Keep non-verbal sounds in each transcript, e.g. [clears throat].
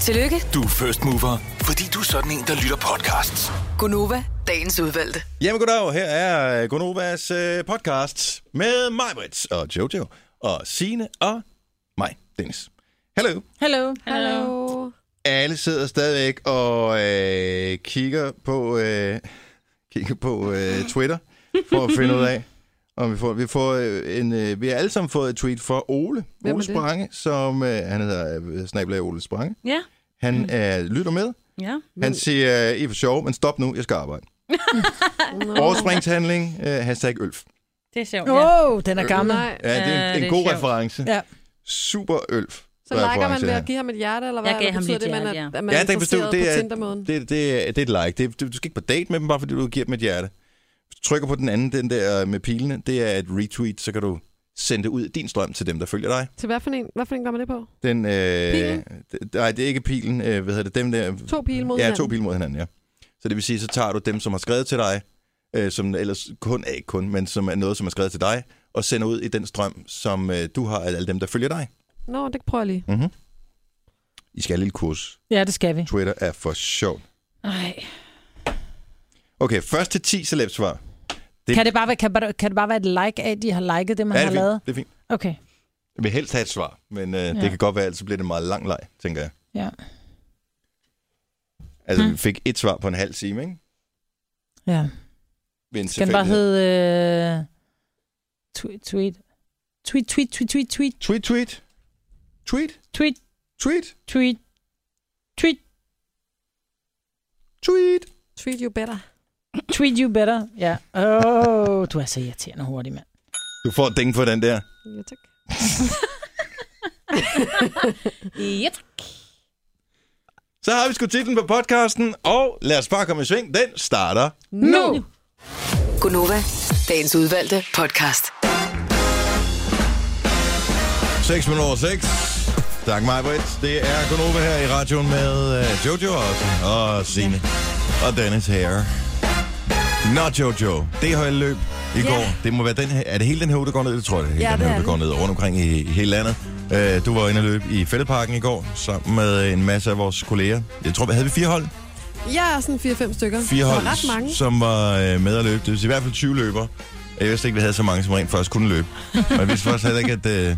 Tillykke, Du er first mover, fordi du er sådan en, der lytter podcasts. Gunova, dagens udvalgte. Jamen goddag, her er øh, Gonovas øh, podcast med mig, Brits, og Jojo, og Sine og mig, Dennis. Hallo. Hello. Hallo. Alle sidder stadigvæk og øh, kigger på, øh, kigger på øh, Twitter for at finde ud af, om vi får, vi får øh, en, øh, vi har alle sammen fået et tweet fra Ole, Hvem er Ole det? Sprange, som, øh, han hedder øh, snablag Ole Sprange. Ja. Han øh, lytter med, Ja. [laughs] Han siger, I er for sjov, men stop nu, jeg skal arbejde. Overspringshandling, uh, hashtag ølf. Det er sjovt. Ja. Åh, oh, Øh, den er gammel. Nej, Ja, det er Ja, en, det en er god sjovt. reference. Ja. Super ølf. så liker man reference ved her. at give ham et hjerte, eller hvad? Jeg gav ham Eller betyder lige et det, hjerte, man er, at man Ja, er det kan bestå- interesseret det på er- Tindermåden? det, det, er- det er et like. Det, du, du skal ikke på date med dem, bare fordi du giver dem et hjerte. Hvis du trykker på den anden, den der øh, med pilene, det er et retweet, så kan du sende det ud i din strøm til dem, der følger dig. Til hvad for en, hvad for en gør man det på? Den, øh, Pilen? d- nej, det er ikke pilen. Øh, hvad hedder det? Dem der, To pile mod Ja, hinanden. to pile mod hinanden, ja. Så det vil sige, så tager du dem, som har skrevet til dig, øh, som ellers kun er ikke kun, men som er noget, som er skrevet til dig, og sender ud i den strøm, som øh, du har af alle dem, der følger dig. Nå, det prøver jeg lige. Mm-hmm. I skal have et lille kurs. Ja, det skal vi. Twitter er for sjov. Ej. Okay, første 10 celebsvar. Det- Det... Kan, det bare være, kan, bare- kan det bare være et like af, at de har liket det, man Ja, ja, det har er lavet? fint. Det er fint. Okay, Jeg vil helst have et svar, men øh, ja. det Ja. kan godt være, ellers så bliver det en meget lang leg, tænker jeg. ja. Altså, Hmm. vi fik et svar på en halv time, ikke? ja. Ved en Skal den bare tilfældighed. hedde... Øh... Tweet, tweet. Tweet, tweet, tweet, tweet, tweet, Tweet, tweet. Tweet, tweet, tweet, tweet, tweet, tweet. Treat you better. tweet you better. Ja. Åh, oh, du er så irriterende hurtig, mand. Du får et ding for den der. Ja, tak. [laughs] Yep. Så har vi sgu titlen på podcasten, og lad os bare komme i sving. Den starter. Nu! Gunova, dagens udvalgte podcast. 6 minutter over 6. Tak mig, Britt. Det er kun over her i radioen med uh, Jojo også, og Signe og Dennis her. Nå, Jojo, det her løb i går, det må være den her, er det hele den her uge, der går ned? Det tror jeg, det er hele Ja, den det her er uge, der det. går ned rundt omkring i, i hele landet. Uh, du var inde og løb i Fældeparken i går, sammen med en masse af vores kolleger. Jeg tror, vi havde vi fire hold? Jeg er sådan 4-5 stykker. fire Der var hold, ret mange. som var øh, med at løbe. Det vil sige, i hvert fald 20 løber. Jeg vidste ikke, vi havde så mange, som rent faktisk kunne [laughs] løbe. Og jeg vidste faktisk heller ikke, at, øh,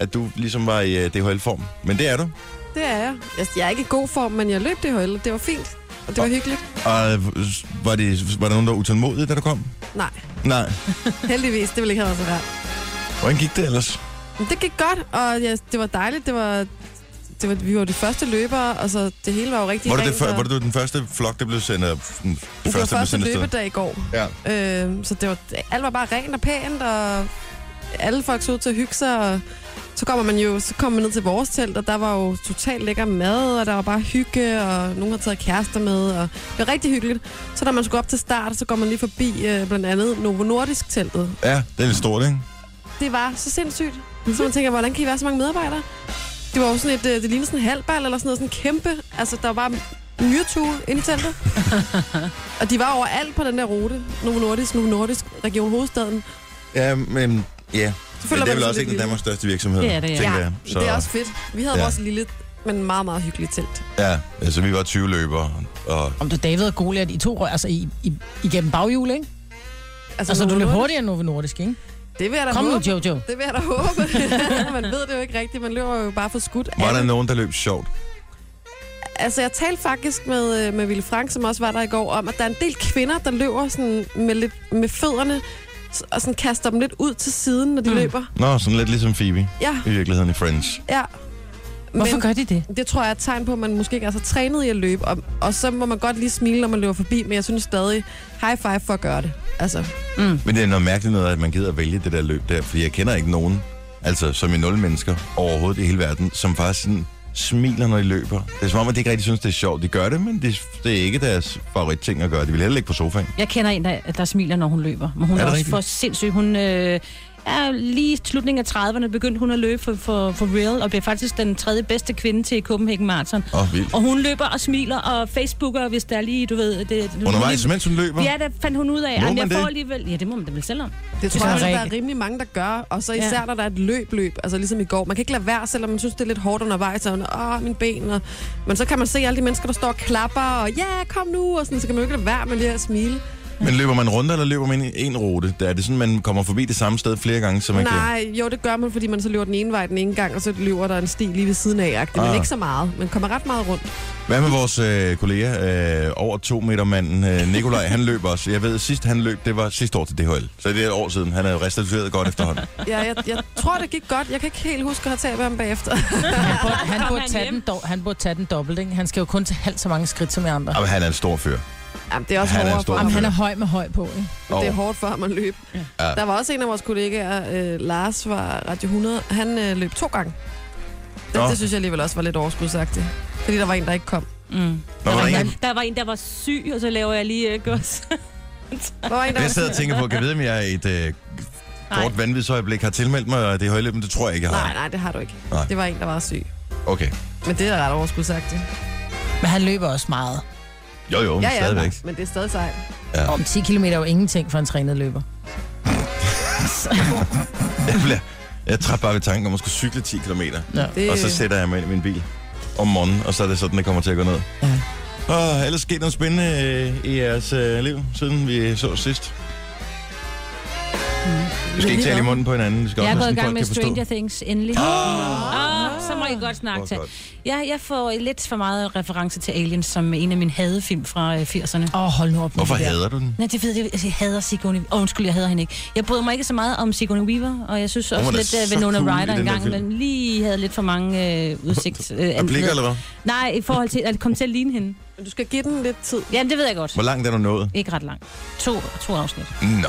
at du ligesom var i øh, DHL-form. Men det er du. Det er jeg. Altså, Jeg er ikke i god form, men jeg løb det højde. Det var fint, og det var hyggeligt. Og øh, s- var, det, var der nogen, der var utålmodige, da du kom? Nej, Nej. heldigvis. Det ville ikke have været så rart. Hvordan gik det ellers? Men det gik godt, og ja, det var dejligt. Det var, det var, vi var de første løbere, og så det hele var jo rigtig Var du, det, rent. før, og- var du den første flok, der blev sendt? øh, Den første, det var der blev første sendt afsted? løbedag i går. Ja. Øh, så det var, alt var bare rent og pænt, og alle folk så ud til at hygge sig, og så kommer man jo så kommer man ned til vores telt, og der var jo totalt lækker mad, og der var bare hygge, og nogen har taget kærester med, og det var rigtig hyggeligt. Så da man skulle op til start, så går man lige forbi øh, blandt andet Novo Nordisk-teltet. Ja, det er lidt stort, ikke? Det var så sindssygt. Så man tænker, hvordan kan I være så mange medarbejdere? Det var jo sådan et, øh, det lignede sådan en halvbal eller sådan noget, sådan en kæmpe, altså der var bare myretue inde i teltet. og de var overalt på den der rute. Novo Nordisk, Novo Nordisk, Region Hovedstaden. Ja, men ja. Så Men føler det er man vel sig også en lidt af lille. Danmarks største virksomheder, Det er det, ja. tænker jeg. Ja, det er også fedt. Vi havde Ja. ja. vores lille, men meget, meget hyggelige telt. Ja, altså vi var 20 løbere, og Om du David og Goliath, I to rør, altså i, i, igennem baghjul, ikke? Altså, Novo du løb Nordisk, hurtigere end Novo Nordisk, ikke? Det vil jeg da Kom nu, håbe. Jojo. Det vil jeg da håbe. man ved det jo ikke rigtigt. Man løber jo bare for skudt. var der Alle- nogen, der løb sjovt? Altså, jeg talte faktisk med, øh, med Ville Frank, som også var der i går, om, at der er en del kvinder, der løber sådan med, lidt, med fødderne, s- og sådan kaster dem lidt ud til siden, når de mm. løber. Nå, sådan lidt ligesom Phoebe Ja, i virkeligheden i Friends. ja. Hvorfor Men gør de det? det tror jeg er et tegn på, at man måske ikke er så trænet i at løbe, og, og så må man godt lige smile, når man løber forbi, men jeg synes stadig, high five for at gøre det. Altså, Mm. Men det er noget mærkeligt noget, at man gider at vælge det der løb der, fordi jeg kender ikke nogen, altså som i nul mennesker overhovedet i hele verden, som faktisk sådan smiler, når de løber. Det er som om, at de ikke rigtig synes, det er sjovt. De gør det, men det, det er ikke deres favoritting at gøre. De vil heller ikke på sofaen. Jeg kender en, der, der smiler, når hun løber. Men hun Er er, det også rigtigt? for sindssyg. Hun øh, ja, lige i slutningen af 30'erne begyndte hun at løbe for, for, for real, og blev faktisk den tredje bedste kvinde til Copenhagen Marathon. Åh, oh, vildt. Og hun løber og smiler og facebooker, hvis der er lige, du ved... Det, Undervejs, mens hun løber? Ja, der fandt hun ud af, Må at man jeg det? får alligevel... Ja, det må man da vel selv om. Det Det tror jeg, synes også, jeg der er ikke. rimelig mange, der gør. Og så Ja. især, når der er et løb-løb, altså ligesom i går. Man kan ikke lade være, selvom man synes, det er lidt hårdt undervejs. Og man, åh, mine ben. Og... Men så kan man se alle de mennesker, der står og klapper, og ja, yeah, kom nu, og sådan, så kan man jo ikke lade være med lige at smile. Men løber man rundt, eller løber man i en rute? Der er det sådan, man kommer forbi det samme sted flere gange, så man kan... Nej, jo, det gør man, fordi man så løber den ene vej den ene gang, og så løber der en sti lige ved siden af, ah. Ah. men ikke så meget. Man kommer ret meget rundt. Hvad med vores øh, kollega, øh, over to meter manden, øh, Nikolaj, han løber også. Jeg ved, sidst han løb, det var sidste år til DHL. Så det er et år siden. Han er restitueret godt [laughs] efterhånden. Ja, jeg, jeg tror, det gik godt. Jeg kan ikke helt huske at have talt med ham bagefter. Han burde, han, Kom burde han tage hjem. den, dog, han burde tage den dobbelt, ikke? Han skal jo kun tage halvt så mange skridt som vi andre. Jamen, han er en stor fyr. Jamen, det er også Han er en hårdere stor for ham. Jamen, han er høj med høj på, ikke? Det er hårdt for ham at løbe. Ja. Der var også en af vores kollegaer, øh, Lars fra Radio 100, han øh, løb to gange. Det, Nå. det synes jeg alligevel også var lidt overskudsagtigt. Fordi der var en, der ikke kom. Mm. Nå, var der en, Der var en, der var syg, og så laver jeg lige øh, gods. Der var en, der jeg sidder og tænker på, kan jeg vide, om jeg et øh, kort vanvidsøjeblik har tilmeldt mig det højløb, men det tror jeg ikke, jeg Nej, har. nej, det har du ikke. Nej. Det var en, der var syg. Okay. Men det er da ret overskudsagtigt. Men han løber også meget. Jo, jo, men Ja, ja, ja, stadigvæk. men det er stadig sejt. Om 10 km er jo ingenting for en trænet løber. [laughs] Jeg, bliver, jeg træt bare ved tanken om at skulle cykle 10 km. Det, Og så sætter jeg mig ind i min bil om morgenen, og så er det sådan, det kommer til at gå ned. Ja. Og ellers sket noget spændende øh, i jeres øh, liv, siden vi så sidst. Vi skal ikke tale i munden på hinanden. Vi skal Mm. Jeg er også gået sådan, i gang folk med kan forstå. Stranger Things, endelig. Åh, oh! oh, så må I godt snakke Åh, til. godt. Jeg, jeg får lidt for meget reference til Aliens, som en af mine hadefilm fra øh, 80'erne. Åh, oh, hold nu op. [laughs] med Hvorfor det der. hader du den? Nej, det ved jeg, altså, jeg hader Sigourney. Åh, undskyld, jeg hader hende ikke. Jeg bryder mig ikke så meget om Sigourney Weaver, og jeg synes var også da lidt, så at Winona cool i Ryder den der engang, film. men lige havde lidt for mange øh, [laughs] udsigt. Er Øh, blikker, ansigter. eller hvad? Nej, i forhold til at det kom til at ligne hende. Men du skal give den lidt tid. Jamen, det ved jeg godt. Hvor langt er du nået? Ikke ret langt. To, to afsnit. Nå,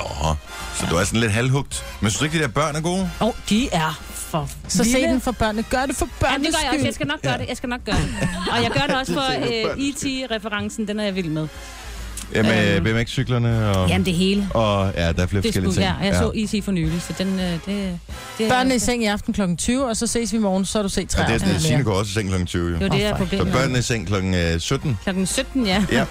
så du er sådan lidt halvhugt. Men synes du ikke, de der børn er gode? Åh, oh, de er for Så se vilde. den for børnene. Gør det for Jamen, børnenes det gør jeg også. skyld. Jeg skal nok gøre det. Jeg skal nok gøre det. Og jeg gør det også Det [laughs] for tænker jeg øh, på. IT-referencen. Den er jeg vild med. Ja, med Øhm. BMX-cyklerne og... Jamen, det hele. Og ja, der er flere Det forskellige skulle, ting. ja, jeg så IT for nylig, så den, øh, det, det er- Børnene i seng i aften kl. 20, og så ses vi i morgen, så har du set Ja, tre det er sådan, afsnit at Signe går også i seng kl. 20. Det var Jo. det, Åh, jeg for- Så problemet børnene i seng kl. øh, 17, Klokken 17, ja. Ja.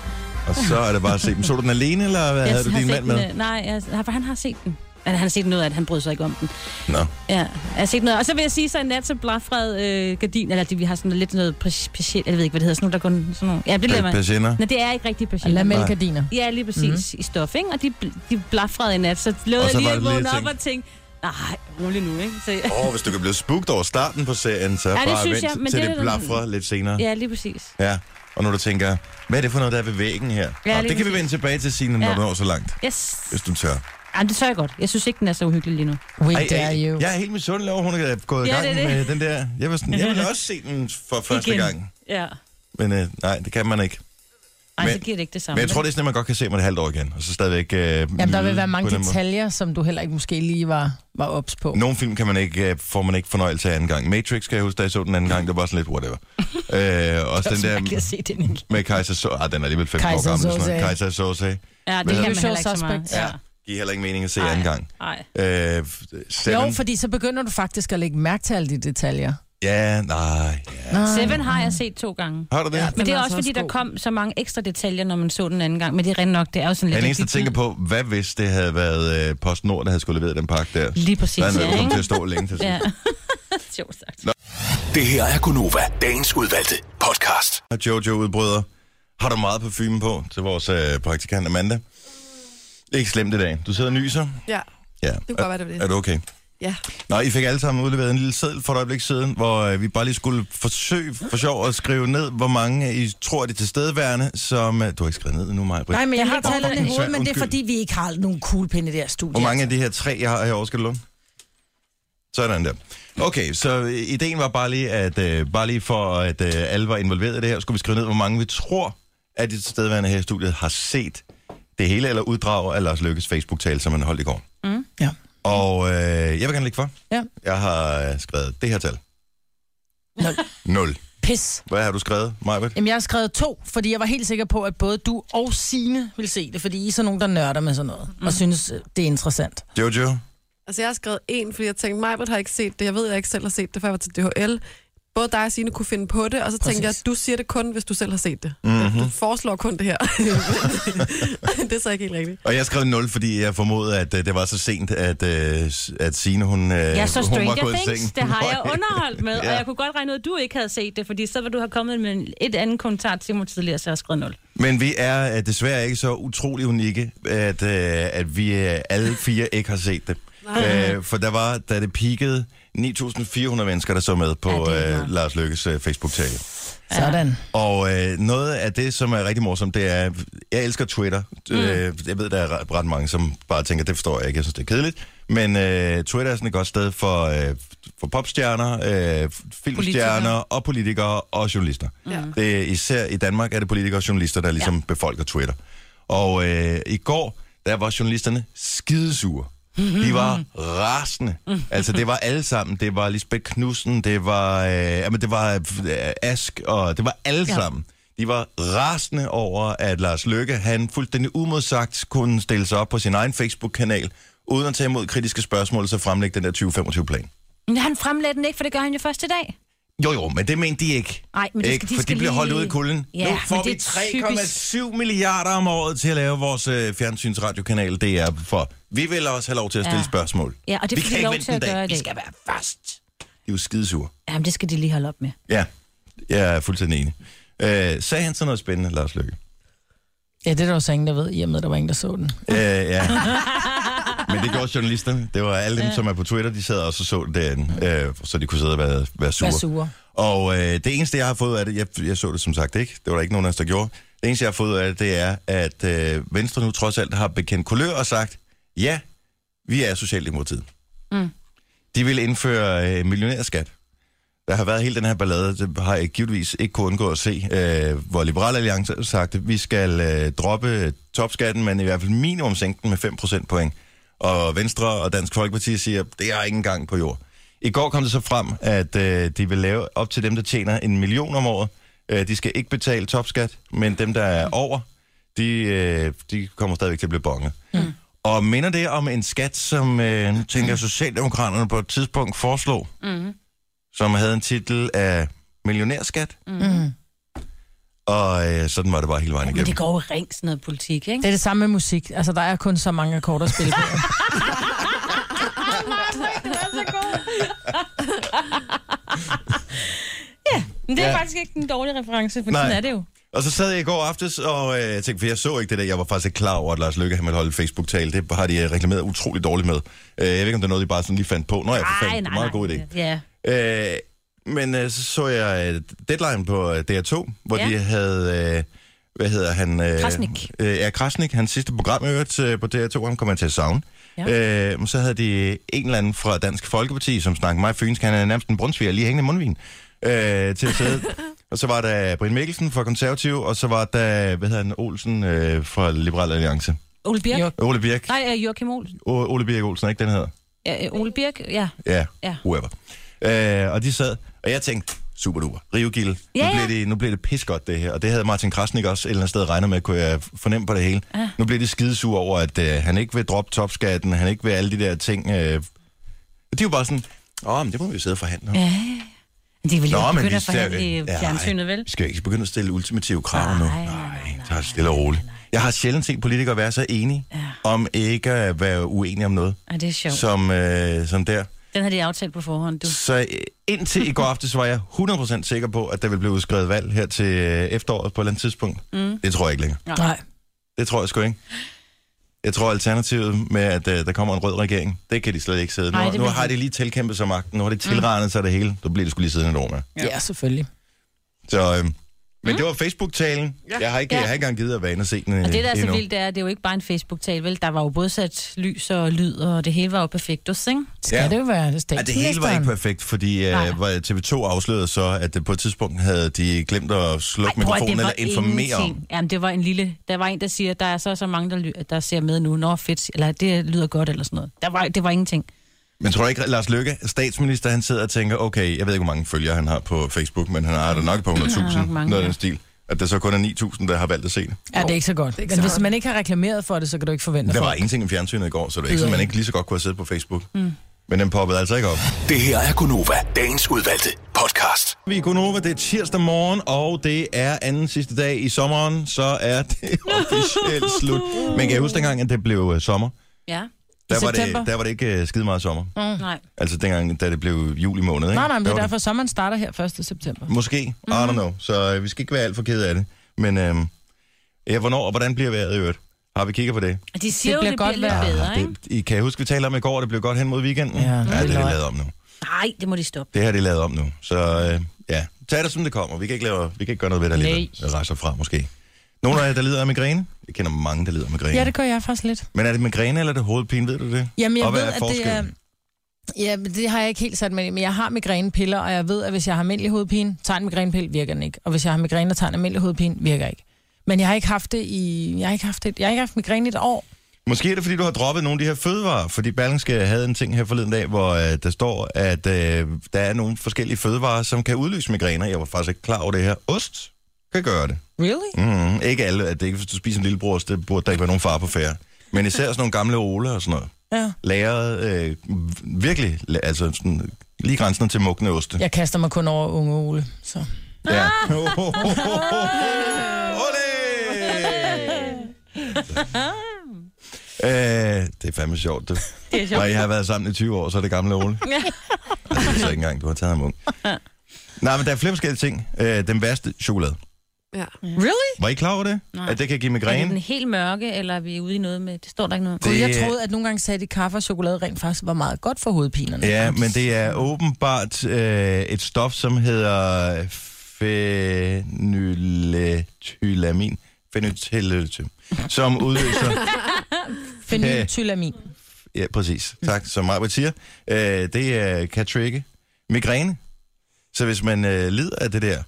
og så er det bare at se dem. Så du den alene, eller hvad Jeg havde du har din set mand den, med? øh, Nej, jeg, nej, for han har set den. Men han har set noget af det, han brød sig ikke om den. Nå. Ja, jeg har set noget. Og så vil jeg sige, så i nat så blafrede øh, gardin, eller det, vi har sådan lidt noget patient, jeg ved ikke, hvad det hedder, sådan nogle, der kun sådan nogle... Ja, det lader Bag man. Patienter. Nej, det er ikke rigtig Og lad patient. mælke gardiner. Mhm. Ja, lige præcis mm. i stof, ikke? Og de, bl- de blafrede i nat, så lå Og jeg så lige var at det lige vågne at op og tænke, nej, rolig nu, ikke? Så, [laughs] Åh, oh, hvis du kan blive spugt over starten på serien, så ja, det bare synes vent jeg, men til det det, er- det blafrer lidt senere. Ja. [laughs] ja, lige præcis. ja. Og når du tænker, hvad er det for noget, der er ved væggen her? Ja, Ja, Nå, lige det kan vi præcis. vende tilbage til, Signe, når Ja. du når så langt, Yes. hvis du tør. Jamen, det tør jeg godt. Jeg synes ikke, den er så uhyggelig lige nu. We Ej, dare ej, you. jeg er helt misundelig over, at hun er gået i Ja, gang det er det. med den der. Jeg vil, sådan, jeg vil også se den for første Igen. gang. Ja. Men øh, nej, det kan man ikke. Ej, Men- så giver det ikke det samme. Men jeg tror, det er sådan, at man godt kan se mig et halvt år igen, og så stadigvæk... Øh, Jamen, der vil nyde være på mange den måde. detaljer, som du heller ikke måske lige var, var ops på. Nogle film kan man ikke, øh, får man ikke fornøjelse af anden gang. Matrix, kan jeg huske, da jeg så den anden gang, det var sådan lidt [laughs] whatever. øh, også den der Jeg kan se den ikke. med Kaiser Så... Ah, den er alligevel 15 år Kaiser gammel. Sådan noget. Soze. Kaiser Soze. Ja, Hvad det kan man hedder heller det? ikke så meget. Usual Ja. Giver heller ikke mening at se Ej. anden gang. Nej. Øh, seven. Jo, fordi så begynder du faktisk at lægge mærke til alle de detaljer. Ja, nej. Seven har jeg set to gange. Har du det? Ja. Ja. Men det Den er er også altså fordi, også der god. kom så mange ekstra detaljer, når man så den anden gang. Men det er rent nok, det er jo sådan lidt... Jeg er den eneste, der tænker på, hvad hvis det havde været øh, PostNord, der havde skulle leveret den pakke der? Lige præcis, Der er noget, ja, der kom ikke? til at stå længe til. Ja. Ja. Sjovt sagt. Det her er Gunova, dagens udvalgte podcast. Og Jojo udbryder. Har du meget parfume på til vores øh, praktikant Amanda? Ikke slemt i dag. Du sidder og nyser. Ja, Ja. det kunne godt være, det var Er det. du okay? Ja. Nå, I fik alle sammen udleveret en lille seddel for et øjeblik siden, hvor øh, vi bare lige skulle forsøge for sjov at skrive ned, hvor mange øh, I tror, de er tilstedeværende, som... Øh, du har ikke skrevet ned nu, Maja Britt. Nej, men jeg har Åh, tallerne i undskyld. hovedet, men det er fordi, vi ikke har nogen kuglepinde i det her studie. Hvor mange af de her tre, jeg har herovre, skal du låne? Sådan der. Okay, så øh, ideen var bare lige, at øh, bare lige for, at øh, alle var involveret i det her, skulle vi skrive ned, hvor mange vi tror, at de tilstedeværende her i studiet har set det hele, eller uddrag af Lars Lykkes Facebook-tale, som han holdt i går. Ja. Og øh, jeg vil gerne lægge for. Ja. Jeg har øh, skrevet det her tal. Nul. Nul. Pis. Hvad har du skrevet, Majbet? Jamen, jeg har skrevet to, fordi jeg var helt sikker på, at både du og Sine vil se det, fordi I er sådan nogen, der nørder med sådan noget, mm. og synes, øh, det er interessant. Jojo? Altså, jeg har skrevet en, fordi jeg tænkte, mig har ikke set det. Jeg ved, jeg ikke selv har set det, før jeg var til DHL. Både dig og Signe kunne finde på det, og så tænkte jeg, Præcis. du siger det kun, hvis du selv har set det. Mm-hmm. Du foreslår kun det her. [laughs] det er så ikke helt rigtigt. Og jeg skrev 0, fordi jeg formodede, at øh, det var så sent, at, øh, at Signe, hun, øh, Jeg så hun var Stranger gået i Things, seng. det har jeg underholdt med, Ja. og jeg kunne godt regne ud, at du ikke havde set det, fordi så ville du have kommet med en- et andet kommentar til mig tidligere, så jeg har skrevet 0. Men vi er øh, desværre ikke så utrolig unikke, at, øh, at vi øh, alle fire ikke har set det. Øh, for der var, da det peakede, 9.400 mennesker, der så med på Ja, det er ja, øh, meget. Lars Lykkes øh, Facebook-tale. Sådan. Og øh, noget af det, som er rigtig morsomt, det er, jeg elsker Twitter. Mm. Øh, jeg ved, der er ret- ret mange, som bare tænker, det forstår jeg ikke, jeg synes, det er kedeligt. Men øh, Twitter er sådan et godt sted for, øh, for popstjerner, øh, filmstjerner Politikere. og politikere og journalister. Ja. Det, er især i Danmark er det politikere og journalister, der ligesom ja. befolker Twitter. Og øh, i går, der var journalisterne skidesure. De var rasende. Altså, det var alle sammen. Det var Lisbeth Knudsen, det var, øh, jamen, det var øh, Ask, og det var alle ja. sammen. De var rasende over, at Lars Løkke, han fuldstændig umodsagt kunne stille sig op på sin egen Facebook-kanal, uden at tage imod kritiske spørgsmål, og så fremlægge den der 2025-plan. Men han fremlagde den ikke, for det gør han jo først i dag. Jo, jo, men det mente de ikke. Nej, men de skal- ikke? de For skal de bliver holdt lige- ude i kulden. Ja, nu får men det vi er 3,7 milliarder om året til at lave vores øh, fjernsynsradiokanal DR, for vi vil også have lov til at stille Ja. spørgsmål. Ja, og det vi får de kan ikke lov vente til en at dag. gøre i Vi dag. skal være først. De er jo skidesure. Jamen, det skal de lige holde op med. Ja, jeg er fuldstændig enig. Øh, sagde han så noget spændende, Lars Løkke? Ja, det er der jo så ingen, der ved, i og med, at der var ingen, der så den. Øh, ja. Men det gjorde journalisterne. Det var alle dem, som er på Twitter, de sad også og så det derinde, øh, så de kunne sidde og være, være sure. Vær sure. Og øh, det eneste, jeg har fået ud af det, jeg, jeg så det som sagt ikke, det var der ikke nogen af os, der gjorde. Det eneste, jeg har fået ud af det, det er, at øh, Venstre nu trods alt har bekendt kulør og sagt, ja, vi er Socialdemokratiet. Mm. De vil indføre øh, millionærskat. Der har været hele den her ballade, det har jeg givetvis ikke kunne undgå at se, øh, hvor Liberal Alliance har sagt, at vi skal øh, droppe topskatten, men i hvert fald minimum sænke den med 5 procentpoint. Og Venstre og Dansk Folkeparti siger, det er ikke engang på jord. I går kom det så frem, at øh, de vil lave op til dem, der tjener en million om året. Øh, de skal ikke betale topskat, men dem, der er over, de, øh, de kommer stadigvæk til at blive bonget. Mm. Og minder det om en skat, som øh, nu tænker jeg, Socialdemokraterne på et tidspunkt foreslog, Mm, som havde en titel af Millionærskat. Mm. Og øh, sådan var det bare hele vejen Men igennem. det går jo i ring, sådan noget politik, ikke? Det er det samme med musik. Altså, der er kun så mange akkorder at spille [laughs] på. Men det er Ja. ja. faktisk ikke en dårlig reference, for Nej. sådan er det jo. Og så sad jeg i går aftes, og øh, jeg tænkte, for jeg så ikke det der, jeg var faktisk ikke klar over, at Lars Løkke han ville holde Facebook-tale. Det har de øh, reklameret utrolig dårligt med. Øh, jeg ved ikke, om det er noget, de bare sådan lige fandt på. Nå, jeg fandt det er en meget god idé. Ja. Øh, men øh, så så jeg øh, Deadline på øh, DR2, hvor ja. Ja. de havde... Øh, hvad hedder han? Øh, Krasnik. Øh, ja, Krasnik. Hans sidste program i øvrigt øh, på DR2, han kommer til at savne. Ja. Øh, men så havde de en eller anden fra Dansk Folkeparti, som snakkede meget fynsk. Han er nærmest en brunsviger lige hængende i mundvin øh, til at sidde. og så var der Brian Mikkelsen fra Konservativ, og så var der, hvad hedder han, Olsen øh, fra Liberal Alliance. Ole Birk. Jo. Ole Birk. Nej, øh, Joachim Olsen. O- Ole Birk Olsen, er ikke den hedder? Ja, øh, Ole Birk, ja. Ja, Ja. whoever. Øh, og de sad, og jeg tænkte, super duper, Rivegilde. Ja, nu, ja. Blev det, nu blev det pisgodt, det her. Og det havde Martin Krasnik også et eller andet sted regnet med, kunne jeg fornemme på det hele. Ja. Nu blev de skidesure over, at øh, han ikke vil droppe topskatten, han ikke vil alle de der ting. Øh. De var bare sådan, åh, men det må vi jo sidde og forhandle om. Ja, Men Det vil jo Nå, ikke men begynde vi at forhandle i Ja, fjernsynet, ej, vel? Skal vi ikke begynde at stille ultimative krav nu? Nej, nej, Nej, så er det stille og roligt. Jeg har sjældent set politikere være så enige, ja. om ikke at være uenige om noget, Ja, det er sjovt. som, øh, som der. Den har de aftalt på forhånd, du. Så øh, indtil i går aftes var jeg 100% sikker på, at der ville blive udskrevet valg her til øh, efteråret på et eller andet tidspunkt. Mm. Det tror jeg ikke længere. Nej. Det tror jeg sgu ikke. Jeg tror alternativet med, at øh, der kommer en rød regering, det kan de slet ikke sidde. Nu, Nej, Ej, det nu vil har de- Mm. de lige tilkæmpet sig magten, nu har de tilregnet sig det hele. Så bliver det skulle lige siden et år med. Ja, selvfølgelig. Så, øh, men mm. det var Facebook-talen. Ja. Jeg, har ikke, Ja. jeg har ikke engang givet at være inde og se den øh, Og det, der er så endnu. vildt, det er, at det er jo ikke bare en Facebook-tale, vel? Der var jo både sat lys og lyd, og det hele var jo perfekt, ikke? Skal Ja. ja. det jo være det Ja, det hele var ikke perfekt, fordi Nej. øh, var- TV2 afslørede så, at øh, på et tidspunkt havde de glemt at slukke Ej, prøv at, det mikrofonen var eller informere om. ingenting. Jamen, det var en lille... Der var en, der siger, der er så og så mange, der, ly- der ser med nu. Nå, fedt. Eller det lyder godt, eller sådan noget. Der var, det var ingenting. Men tror du ikke, at Lars Løkke, statsminister, han sidder og tænker, okay, jeg ved ikke, hvor mange følgere han har på Facebook, men han har der nok på 100.000, Han har nok mange, noget af ja. den stil. at der så kun er 9.000, der har valgt at se det. Ja, det er ikke så godt. er ikke Men så hvis godt. man ikke har reklameret for det, så kan du ikke forvente Der for var ingenting i fjernsynet i går, så det er ikke sådan, man ikke lige så godt kunne have siddet på Facebook. Mm. Men den poppede altså ikke op. Det her er Gonova, dagens udvalgte podcast. Vi er Gunova, det er tirsdag morgen, og det er anden sidste dag i sommeren, så er [laughs] det officielt slut. Men kan jeg huske dengang, at det blev øh, sommer? Ja. Der var, det, september? der var det ikke øh, skide meget sommer. Mm. Nej. Altså dengang, da det blev juli måned, ikke? Nej, nej, men Der det er var derfor, sommeren starter her 1. september. Måske, mm. I don't know. Så øh, vi skal ikke være alt for kede af det. Men øh, ja, hvornår og hvordan bliver vejret i øvrigt? Har vi kigget på det? Og De siger Det bliver det jo, det godt godt bliver vejr. lidt bedre, ikke? det I kan huske, vi talte om i går, at det blev godt hen mod weekenden. Ja, ja det det er er det løgn. lavet om nu. Nej, det må de stoppe. Det her det er lavet om nu. Så øh, ja, tag det som det kommer. Vi kan ikke, lave, vi kan ikke gøre noget ved det alligevel. Jeg rejser fra måske. Nogle af jer, der lider af migræne. Jeg kender mange, der lider af migræne. Ja, det gør jeg faktisk lidt. Men er det migræne eller er det hovedpine, ved du det? Jamen, jeg Og hvad ved, er at det er... forskellen? Ja, men det har jeg ikke helt sat mig ind i, men jeg har migrænepiller, og jeg ved, at hvis jeg har almindelig hovedpine, tager en migrænepille, virker den ikke. Og hvis jeg har migræne og tager en almindelig hovedpine, virker ikke. Men jeg har ikke haft det i... Jeg har ikke haft, det, jeg har ikke haft migræne i et år. Måske er det, fordi du har droppet nogle af de her fødevarer, fordi Berlingske havde en ting her forleden dag, hvor øh, der står, at øh, der er nogle forskellige fødevarer, som kan udløse migræner. Jeg var faktisk ikke klar over det her. Ost kan gøre det. Really? Mm, ikke alle, at det ikke, hvis du spiser en lillebror, så det burde der ikke være nogen far på færre. Men især sådan nogle gamle oler og sådan noget. Ja. Læret øh, virkelig, la- altså sådan, lige grænsen til mugne oste. Jeg kaster mig kun over unge Ole, så... Ja. Ole! Øh, det er fandme sjovt, det. [laughs] Det er Når sjovt. I har været sammen i 20 år, så er det gamle Ole. Ja. Altså, det er så ikke engang, du har taget ham [laughs] ung. Nej, men der er flere forskellige ting. Øh, den værste chokolade. Ja. Really? Var I klar over det? Nej. At det kan give Er det den migræne? helt mørke, eller er vi ude i noget med... Det står der ikke noget om. Det- Det... Jeg troede, at nogle gange sagde de, at kaffe og chokolade rent faktisk var meget godt for hovedpinerne. Ja, men det er åbenbart øh, et stof, som hedder phenylethylamin. Phenylethylamin. Som udløser [laughs] [laughs] Phenyltylamin. Ja, præcis. Tak, som Marbet siger. Øh, det øh, kan trigge migræne. Så hvis man øh, lider af det der,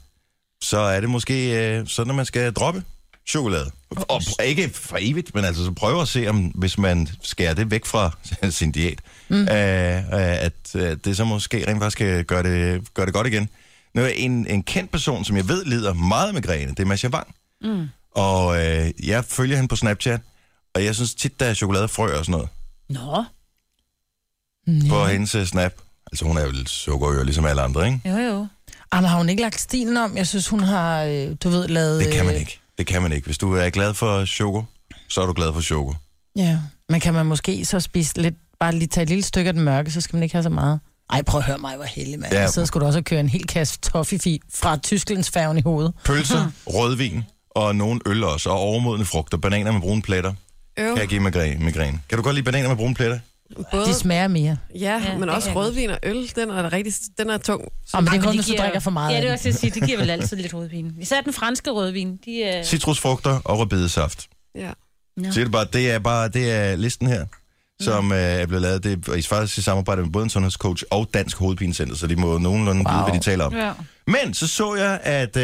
så er det måske øh, sådan, at man skal droppe chokolade. Og pr- ikke for evigt, men altså så prøve at se, om hvis man skærer det væk fra [laughs] sin diæt, mm. øh, øh, at øh, det så måske rent faktisk kan gøre det, gøre det godt igen. Nu er en, en kendt person, som jeg ved lider meget af migræne, det er Mads Javang. Mm. Og øh, jeg følger hende på Snapchat, og jeg synes tit, der er chokoladefrø og sådan noget Nå. på hendes øh, snap. Altså, hun er jo lidt sukkerøer, ligesom alle andre, ikke? Jo, jo. Jamen, har hun ikke lagt stilen om? Jeg synes, hun har, øh, du ved, lavet... Det kan man øh, ikke. Det kan man ikke. Hvis du er glad for sukker, så er du glad for sukker. Ja, men kan man måske så spise lidt, bare lige tage et lille stykke af den mørke, så skal man ikke have så meget. Ej, prøv at høre mig, hvor heldig, mand. Ja. Ja. Så skulle du også køre en hel kasse toffee fra Tysklands færgen i hovedet. [laughs] Pølser, rødvin og nogle øl også, og overmodende frugter. Bananer med brune pletter Øv. kan give migræ- migræne. Kan du godt lide bananer med brune pletter? Både, De smager mere. ja, Ja, men det også kan jeg rødvin og øl, den er, da rigtig, den er tung. Og men det er Ej, kun, de hvis du giver- drikker for meget Ja, det er af også at sige, det giver vel altid lidt [laughs] hovedpine. Især den franske rødvin, de øh, er... Citrusfrugter og rødbedesaft. Ja. Ja. Siger det bare, det er bare det er listen her, som øh, er blevet lavet. Det er og i faktisk i samarbejde med både en sundhedscoach og Dansk Hovedpinecenter, så de må nogenlunde wow. vide, hvad de taler om. Ja. Men så så jeg, at øh,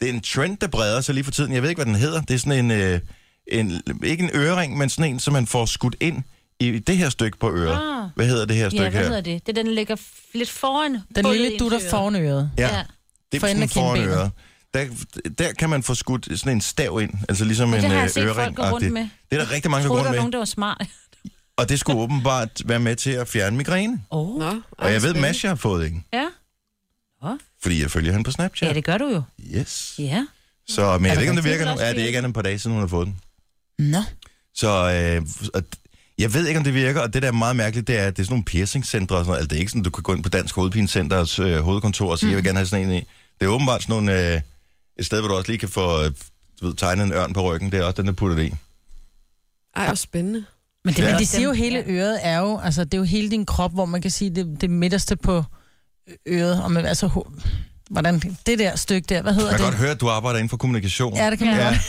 det er en trend, der breder sig lige for tiden. Jeg ved ikke, hvad den hedder. Det er sådan en, øh, en ikke en ørering, men sådan en, som man får skudt ind i det her stykke på øret. Ah. Hvad hedder det her stykke ja, hvad her? hedder det? Det er den, der ligger f- lidt foran. Den hullet lille ind dutter til øret. foran øret. Ja, Ja. det er For enden sådan af foran kindbenet. øret. Der, der kan man få skudt sådan en stav ind, altså ligesom det en har øh, jeg set folk gå rundt øring-agtig. med. Det er der rigtig mange, der går rundt Jeg troede, der var med. nogen, der var smart. Og det skulle åbenbart være med til at fjerne migræne. Åh, Nå, Og jeg ved, Masha har fået en, ja. fordi jeg følger hende på Snapchat. Ja, det gør du jo. Yes. Ja. Så, men jeg ved ikke, om det rigtigt? virker nu. Ja, det er ikke andet end et par dage siden, hun har fået den. Nå. Så øh, og d- jeg ved ikke, om det virker, og det der er meget mærkeligt, det er, at det er sådan nogle piercingcentre og sådan noget. Altså, det er ikke sådan, du kan gå ind på Dansk Hovedpinecenters øh, hovedkontor og sige, mm. jeg vil gerne have sådan en i. Det er åbenbart sådan nogle, øh, et sted, hvor du også lige kan få øh, du ved, tegnet en ørn på ryggen. Det er også den, der putter det i. Ej, hvor spændende. Men, det, Ja. ja. men de siger jo, hele øret er jo, altså det er jo hele din krop, hvor man kan sige, det, det midterste på øret, og man, altså, ho- hvordan, det der stykke der, hvad hedder Man kan det? godt høre, at du arbejder inden for kommunikation. Ja, det kan man Ja. ja. godt.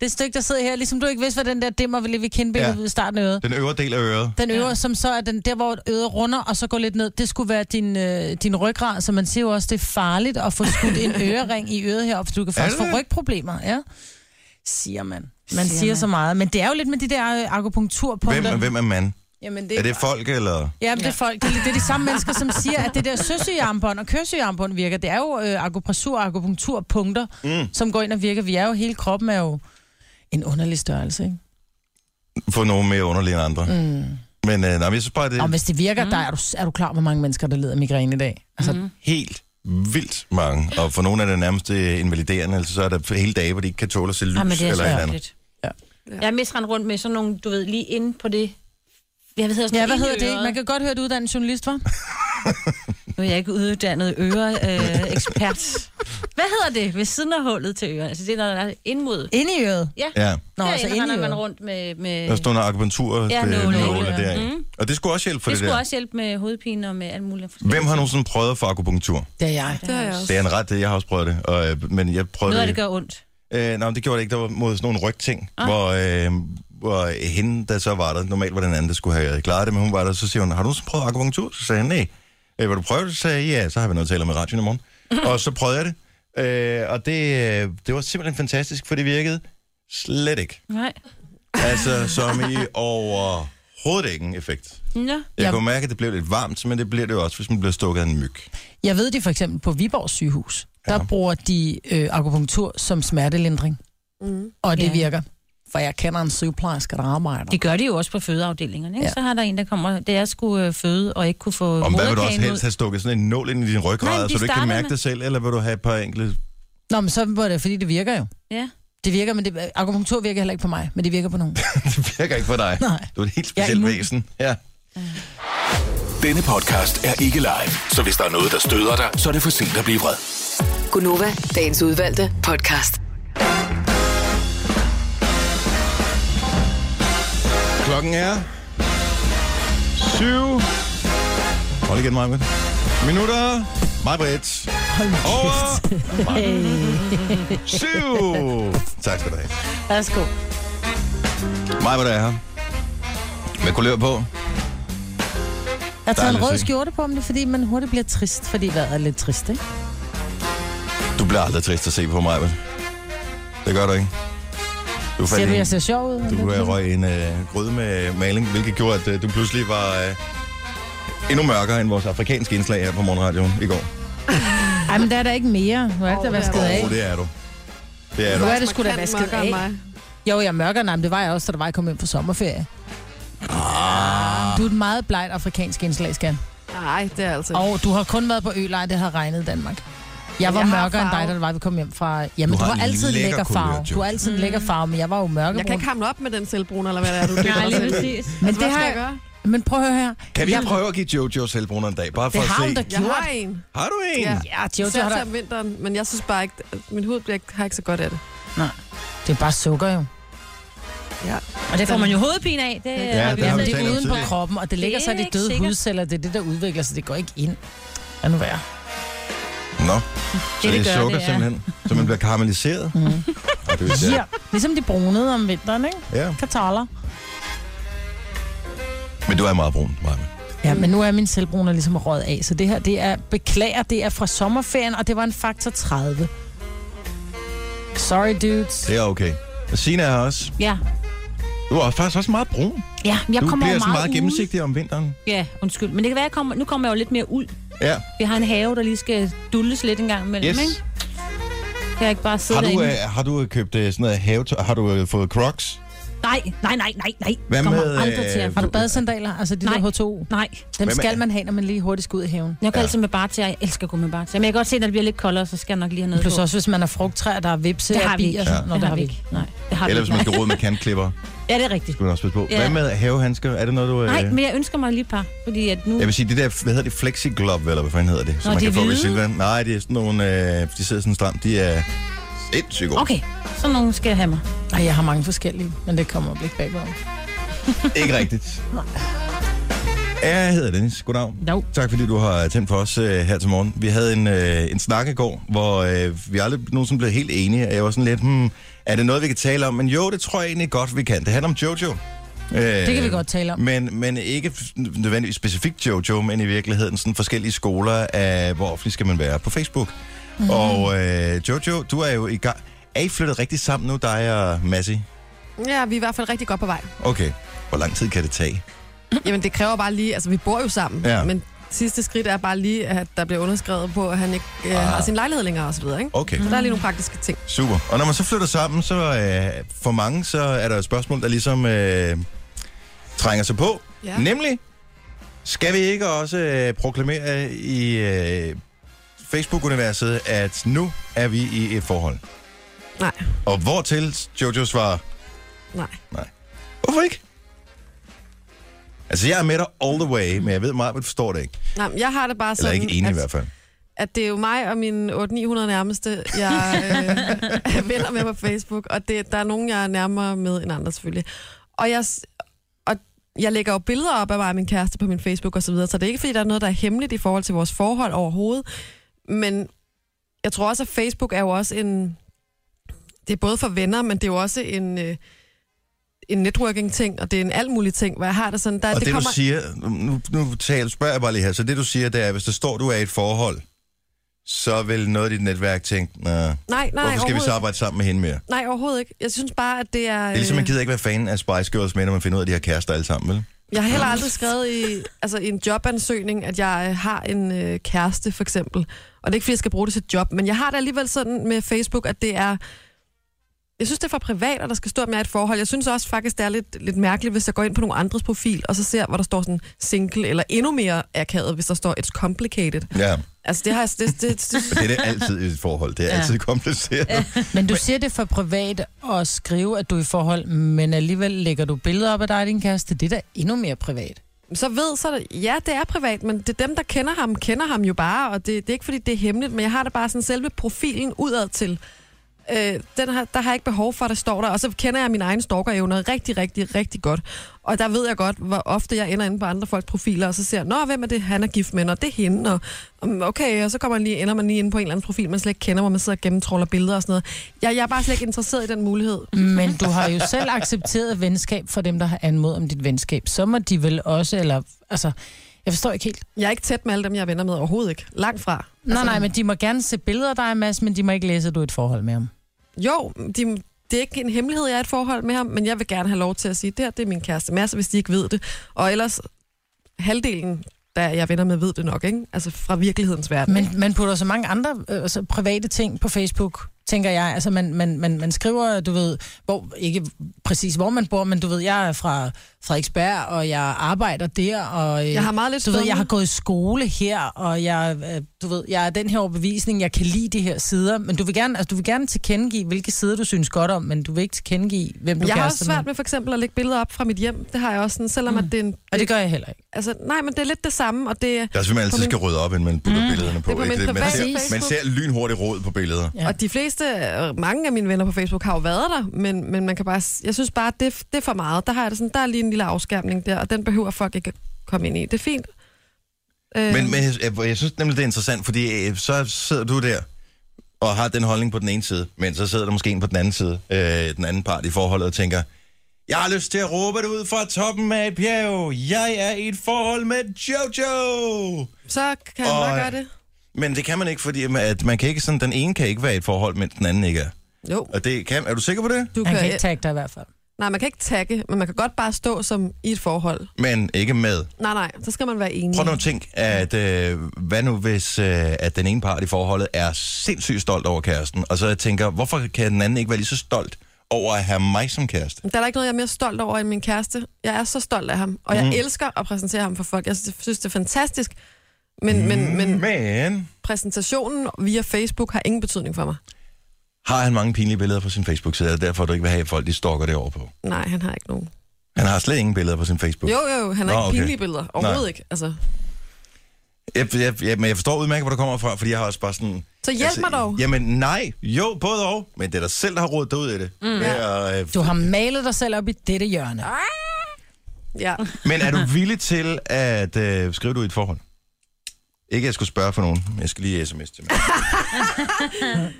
Det stykke, der sidder her, ligesom du ikke vidste, hvad den der dimmer ville ligge ved kindbenet Ja. ja. ved starten af øret. Den øvre del af øret. Den øvre, ja. som så er den der, hvor øret runder, og så går lidt ned. Det skulle være din, øh, din ryggrad, så man siger jo også, det er farligt at få skudt en ørering i øret heroppe, for du kan faktisk få det det? rygproblemer, ja. Siger man. Man Siger siger, siger man. så meget. Men det er jo lidt med de der øh, akupunkturpunkter. Hvem, hvem er man? Jamen, Er det folk, eller? Jamen, det er folk. Det, er- det er de samme mennesker, som siger, at det der søssejarmbånd og køssejarmbånd virker. Det er jo øh, akupressur og akupunkturpunkter, mm. som går ind og virker. Vi er jo hele kroppen er jo en underlig størrelse, ikke? For nogen mere underlige end andre. Mm. Men øh, nej, men jeg synes bare, det Og er hvis det virker, mm. der er du, er du klar, hvor mange mennesker, der lider af migræne i dag? Altså, mm. helt vildt mange. Og for nogle er det nærmest øh, invaliderende. Altså, så er der hele dage, hvor de ikke kan tåle at se lys. Jamen, det er eller så et eller andet. ærgerligt. Ja. Jeg er mest rendt rundt med sådan nogle, du ved, lige inde på det... Ja, hvad hedder, sådan ja, noget hvad inde i hedder det? øret? Man kan godt høre, at du er uddannet journalist, var? Nu er jeg ikke uddannet øre-ekspert. Øh, hvad hedder det ved siden af hullet til øret? Altså det er, når der er ind mod... Inde i øret. Ja, Ja, Nå, Nå, altså altså inde i render man øret. rundt med... med der står noget akupunktur Ja, øh, nåle, nåle ja. der. Mm. Og det skulle også hjælpe for det, det skulle der. også hjælpe med hovedpine og med alt muligt. forskelligt. Hvem har nogensinde prøvet at få akupunktur? Det er jeg. Det har jeg også. Det er en ret, jeg har også prøvet det. Og, øh, men jeg prøvede Noget af det gør ondt. Øh, nej, det gjorde det ikke. Der var mod sådan nogle rygting, ah. hvor, øh, hvor hende, der så var der, normalt var den anden, der skulle have klaret det, men hun var der, så siger hun, har du nogensinde prøvet akupunktur? Så sagde han, nej. Øh, vil du prøve det? Så sagde jeg, ja, så har vi noget at tale om i radioen [laughs] i morgen. og så prøvede jeg det, øh, og det, øh, det var simpelthen fantastisk, for det virkede slet ikke. Nej. Altså, som [laughs] i overhovedet ikke en effekt. Nå. Jeg Ja. kunne mærke, at det blev lidt varmt, men det bliver det jo også, hvis man bliver stukket af en myg. Jeg ved det for eksempel på Viborg sygehus. Der Ja. bruger de øh, akupunktur som smertelindring. Mm. Og det Ja. ja. virker. For jeg kender en sygeplejerske, der arbejder. Det gør de jo også på fødeafdelingerne. Ikke? Ja. Ja. Så har der en, der kommer, da jeg skulle øh, føde og ikke kunne få Og hvad vil du også moderkagen helst ud. have stukket sådan en nål ind i din ryggrad, Nej, men de så du ikke starter kan mærke med- det selv, eller vil du have et par enkelte... Nå, men så var det, fordi det virker jo. Ja. Det virker, men det, akupunktur virker heller ikke på mig, men det virker på [laughs] nogen. det virker ikke for dig. Nej. Du er et helt Jeg er specielt immun. væsen. Ja. Denne podcast er ikke live, så hvis der er noget, der støder dig, så er det for sent at blive vred. Gunova, dagens udvalgte podcast. Klokken er... 7. Hold igen, Maja. Minutter. Maja Britt. Hold nu Over. kæft. Syv. tak skal du have. Værsgo. Maja Britt er her. Med kulør på. Jeg har taget en Dejligt at rød se. skjorte på, men det er, fordi man hurtigt bliver trist, fordi vejret er lidt trist, ikke? Du bliver aldrig trist at se på mig, Det gør du ikke. Du Ser faldt du, i, jeg ser sjov ud? du øh, røg i en øh, gryde med maling, hvilket gjorde, at øh, du pludselig var øh, endnu mørkere end vores afrikanske indslag her på morgenradioen i går. Ej, men der er der ikke mere. Nu er det, der vasket af. Åh, Oh, det er du. Det er du. Nu er det sgu da Markant vasket mørkere end af. mig. Jo, jeg er mørkere, nej, men det var jeg også, da der var jeg kom hjem på sommerferie. Ah. Du er et meget blegt afrikansk indslag, skal. Nej, det er altså ikke. Og du har kun været på ølejr, det har regnet i Danmark. Jeg var jeg har mørkere end farve. dig, da det var, vi kom hjem fra... Jamen, Du du, har har en altid lækker lækker, lækker kulør, farve. Jo. Du har altid en lækker farve, men jeg var jo Jeg kan mørkebrun. ikke hamle op med den selvbrun, eller hvad det er, du [laughs] dykker Nej, lige dig selv i. præcis. Men det Hvad har skal jeg gøre? Men prøv at høre her. Kan vi jeg, ikke prøve at give Jojo selvbrunner en dag? Bare for Det at har hun se. da Jeg har gjort. en. Har du en? Ja. Ja, Jojo Især har til der... om vinteren, men jeg synes bare ikke, at min hud bliver, har ikke så godt af det. Det er bare sukker jo. Og det får man jo hovedpine af. Det, ja, har vi det har vi jo Jamen, med. det talt er om uden på tidligere. kroppen, og det ligger Det så er i de ikke døde sikkert. hudceller. Det er det, der udvikler sig. Det går ikke ind. Lad nu være. Nå, så det, det det er gør, sukker det Mhm. er. simpelthen, så man bliver karamelliseret. Mm. Og det er, Ja. ja. Ligesom de brunede om vinteren, ikke? ja. Kataller. Men du er meget brun, Maja. Ja, men nu er min selvbruner ligesom røget af, så det her, det er, beklager, det er fra sommerferien, og det var en faktor 30. Sorry, dudes. Det er okay. Og Sina er her også. Ja. Du er faktisk også meget brun. ja, jeg du kommer bliver jo sådan meget, meget ud. gennemsigtig om vinteren. Ja, undskyld. Men det kan være, jeg kommer, nu kommer jeg jo lidt mere ud. Ja. Vi har en have, der lige skal dulles lidt en gang imellem, Yes. ikke? Kan jeg ikke bare sidde Har du, derinde? øh, har du øh, købt øh, sådan noget havetøj? Har du øh, fået crocs? Nej, nej, nej, nej, nej. Hvad Kommer med, aldrig til at... øh, Har du badesandaler? Altså de Nej. der H2O? Nej. Dem Hvem er- skal man have, når man lige hurtigt skal ud i haven. Jeg går Ja. ja. altid med bare til, jeg elsker at gå med bare til. Men jeg kan godt se, når det bliver lidt koldere, så skal jeg nok lige have noget Plus på. også, hvis man har frugttræer, der er vipse Det og har vi bier. ikke. Ja. Nå, det, det har vi ikke. ikke. Nej, det har Eller vi hvis ikke. man skal rode med kantklipper, Nej. Ja, det er rigtigt. skal man også passe på. Ja. Hvad med havehandsker? Er det noget, du... Øh... Nej, men jeg ønsker mig lige et par, fordi at nu... Jeg vil sige, det der, hvad hedder det, flexiglob, eller hvad fanden hedder det? Som Nå, man de kan få ved hvide? Silvan. Nej, det er sådan nogle, øh, de sidder sådan stramt, de er sindssygt gode. Okay, sådan nogen skal jeg have mig. Ej, jeg har mange forskellige, men det kommer ikke bag på. [laughs] Ikke rigtigt. Ja, jeg hedder Dennis. Goddag. Dag. Tak fordi du har tændt for os øh, her til morgen. Vi havde en, øh, en snak i går, hvor øh, vi aldrig nogensinde blev helt enige. Og Jeg var sådan lidt, hmm, er det noget, vi kan tale om? Men jo, det tror jeg egentlig godt, vi kan. Det handler om Jojo. Øh, det kan vi godt tale om. Men, men ikke f- nødvendigvis specifikt Jojo, men i virkeligheden sådan forskellige skoler af, hvor offentlig skal man være på Facebook. Mhm. Mm. Og øh, Jojo, du er jo i gang. Er I flyttet rigtig sammen nu, dig og Massi? Ja, vi er i hvert fald rigtig godt på vej. Okay. Hvor lang tid kan det tage? Jamen, det kræver bare lige... Altså, vi bor jo sammen, Ja. ja. men sidste skridt er bare lige, at der bliver underskrevet på, at han ikke øh, har sin lejlighed længere og så videre, ikke? Ah. Okay, Så der er lige nogle praktiske ting. super. Og når man så flytter sammen, så øh, for mange, så er der et spørgsmål, der ligesom øh, trænger sig på. Ja. Nemlig, skal vi ikke også øh, proklamere i øh, Facebook-universet, at nu er vi i et forhold? Nej, Og hvortil Jojo svarer, nej. nej. Hvorfor ikke? Altså, jeg er med dig all the way, men jeg ved meget, at du forstår det ikke. nej men jeg har det bare Eller sådan, ikke enig i Altså, hvert at, fald. at det er jo mig og mine 800-900 nærmeste, jeg øh, [laughs] er venner med på Facebook, og det, der er nogen, jeg er nærmere med end andre selvfølgelig. Og jeg, s- og jeg lægger jo billeder op af mig og min kæreste på min Facebook og så videre, så det er ikke, fordi der er noget, der er hemmeligt i forhold til vores forhold overhovedet, men jeg tror også, at Facebook er jo også en... Det er både for venner, men det er jo også en... Øh, en networking-ting, og det er en alt mulig ting, hvor jeg har det sådan, der, Og det, det du siger, nu, nu taler, spørger jeg bare lige her, så det du siger, det er, hvis der står, du er i et forhold, så vil noget af dit netværk tænke, "Nå, nej, nej, hvorfor skal vi så overhovedet arbejde sammen med hende mere? Det Nej, overhovedet ikke. Jeg synes bare, at det er... er ligesom, man øh, gider ikke være fan af Spice Girls med, når man finder ud af, at de har kærester alle sammen, vel? Jeg har heller aldrig skrevet i, altså, i en jobansøgning, at jeg øh, har en øh, kæreste, for eksempel. Og det er ikke, fordi jeg skal bruge det til et job, men jeg har det alligevel sådan med Facebook, at det er... Jeg synes, det er for privat, og der skal stå, at jeg er i et forhold. Jeg synes også faktisk, det er lidt, lidt mærkeligt, hvis jeg går ind på nogle andres profil, og så ser, hvor der står sådan single, eller endnu mere akavet, hvis der står it's complicated. Ja, Altså, det har jeg... Det, det, det, for det er det altid i et forhold. Det er Ja. altid kompliceret. Men du siger det er for privat at skrive, at du er i forhold, men alligevel lægger du billeder op af dig og din kæreste. Det er da endnu mere privat. så ved så, det- ja, det er privat, men det er dem, der kender ham, kender ham jo bare, og det, det er ikke, fordi det er hemmeligt, men jeg har det bare sådan, selve profilen udad til, øh, den har, der har jeg ikke behov for, at det står der, og så kender jeg mine egne stalkerevner rigtig, rigtig, rigtig godt, og der ved jeg godt, hvor ofte jeg ender inde på andre folks profiler, og så ser jeg, nå, hvem er det, han er gift med, og det er hende, og mm, okay, og så kommer man lige, ender man lige inde på en eller anden profil, man slet ikke kender, hvor man sidder og gennemtroller billeder og sådan noget. Jeg, jeg er bare slet ikke interesseret i den mulighed. Men du har jo selv accepteret venskab for dem, der har anmodet om dit venskab. Så må de vel også, eller... Altså, jeg forstår ikke helt. Jeg er ikke tæt med alle dem, jeg er venner med overhovedet ikke. Langt fra. Nej, Altså- nej, men de må gerne se billeder af dig, Mads, men de må ikke læse, at du er i et forhold med ham. Jo, de, det er ikke en hemmelighed, jeg er i et forhold med ham, men jeg vil gerne have lov til at sige, det her det er min kæreste Mads, hvis de ikke ved det. Og ellers, halvdelen, der jeg venner med, ved det nok, ikke? Altså fra virkelighedens verden. Men man putter så mange andre øh, altså, private ting på Facebook, tænker jeg. Altså, man, man, man, man skriver, du ved, hvor, ikke præcis hvor man bor, men du ved, jeg er fra Frederiksberg, og jeg arbejder der, og... øh, Jeg har meget lidt du ved, stående. jeg har gået i skole her, og jeg, øh, du ved, jeg er den her overbevisning, jeg kan lide de her sider, men du vil gerne, altså, du vil gerne tilkendegive, hvilke sider du synes godt om, men du vil ikke tilkendegive, hvem du jeg har kærester også svært med for eksempel at lægge billeder op fra mit hjem. Det har jeg også sådan, selvom mm. at det er en, Og det gør jeg heller ikke. altså, nej, men det er lidt det samme, og det, Der er simpelthen altid På min- skal rydde op, inden man putter mm, billederne på. Det er på ikke? min man, private ser, man ser Facebook. lynhurtigt råd på billeder. Ja. Ja. Og de fleste, øh, mange af mine venner på Facebook har jo været der, men, men man kan bare, s- jeg synes bare, det, det er for meget. Der har jeg det sådan, der er lige en lille afskærmning der, og den behøver folk ikke at komme ind i. Det er fint. Øh, Men, men jeg, jeg- jeg synes nemlig, det er interessant, fordi øh, så sidder du der og har den holdning på den ene side, men så sidder der måske en på den anden side, øh, den anden part i forholdet, og tænker, jeg har lyst til at råbe det ud fra toppen af et bjerg. Jeg er i et forhold med Jojo. så kan man og- bare gøre det. Men det kan man ikke, fordi man- at man kan ikke sådan, den ene kan ikke være i et forhold, mens den anden ikke er. Jo, Og det kan, er du sikker på det? du Han kan, kan ikke tagge dig i hvert fald. Nej, man kan ikke tagge, men man kan godt bare stå som i et forhold. Men ikke med. Nej, nej, så skal man være enig. Prøv nu at tænke, at øh, hvad nu hvis øh, at den ene part i forholdet er sindssygt stolt over kæresten, og så jeg tænker, hvorfor kan den anden ikke være lige så stolt over at have mig som kæreste? Der er da ikke noget, jeg er mere stolt over end min kæreste. Jeg er så stolt af ham, Mhm. og jeg mm. elsker at præsentere ham for folk. Jeg synes, det er fantastisk, men, mm. men, men Mhm, Men præsentationen via Facebook har ingen betydning for mig. har han mange pinlige billeder på sin Facebook-side, og derfor du ikke vil have, at folk de stalker det over på? Nej, han har ikke nogen. Han har slet ingen billeder på sin Facebook. Jo, jo, jo, han har Nå, ikke okay. pinlige billeder. Overhovedet Nej. nej. ikke. [laughs] Altså. Jeg, jeg, jeg, men jeg forstår udmærket, hvor du kommer fra, fordi jeg har også bare sådan... Altså, Så hjælp mig dog. Jamen nej, jo, både og. Men det er dig selv, der har rodet dig ud i det. Mm. Ja, øh, Du har malet dig selv op i dette hjørne. Ja. Men er [laughs] du villig til at øh, skrive du i et forhold? Ikke, at jeg skulle spørge for nogen. Jeg skal lige sms til mig. Øhm,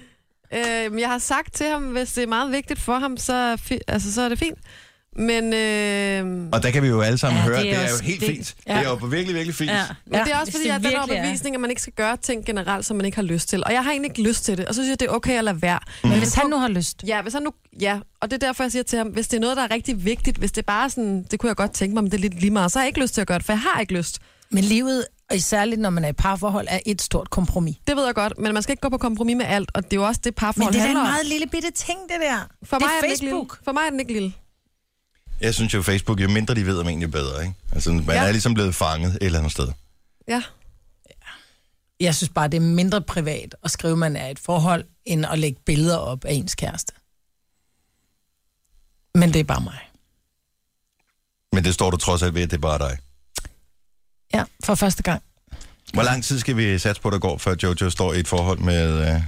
Øh, men jeg har sagt til ham, hvis det er meget vigtigt for ham, så, er fi- altså, så er det fint. Men, øh, men Og der kan vi jo alle sammen ja, Ja, høre, det at er det er jo også- helt det- fint. ja. Det er jo virkelig, virkelig fint. Ja. det er også fordi, jeg er den overbevisning. overbevisning, at man ikke skal gøre ting generelt, som man ikke har lyst til. Og jeg har egentlig ikke lyst til det, og så synes jeg, det er okay at lade være. Mm. Men hvis han nu har lyst. Ja, hvis han nu, ja, og det er derfor, jeg siger til ham, hvis det er noget, der er rigtig vigtigt, hvis det er bare sådan, det kunne jeg godt tænke mig, men det er lidt lige meget, så har jeg ikke lyst til at gøre det, for jeg har ikke lyst. Men livet, og særligt når man er i parforhold, er et stort kompromis. Det ved jeg godt, men man skal ikke gå på kompromis med alt, og det er jo også det parforhold handler om. lille bitte ting, det der. For det mig er den ikke lille. Facebook. For mig er den ikke lille. Jeg synes jo, Facebook, jo mindre de ved om en, jo bedre. Ikke? Altså, man ja. Ja. er ligesom blevet fanget et eller andet sted. Ja. Jeg synes bare, det er mindre privat at skrive, man er i et forhold, end at lægge billeder op af ens kæreste. Men det er bare mig. Men det står du trods alt ved, at det er bare dig. Ja, for første gang. Hvor lang tid skal vi satse på, der går, før Jojo står i et forhold med... Øh...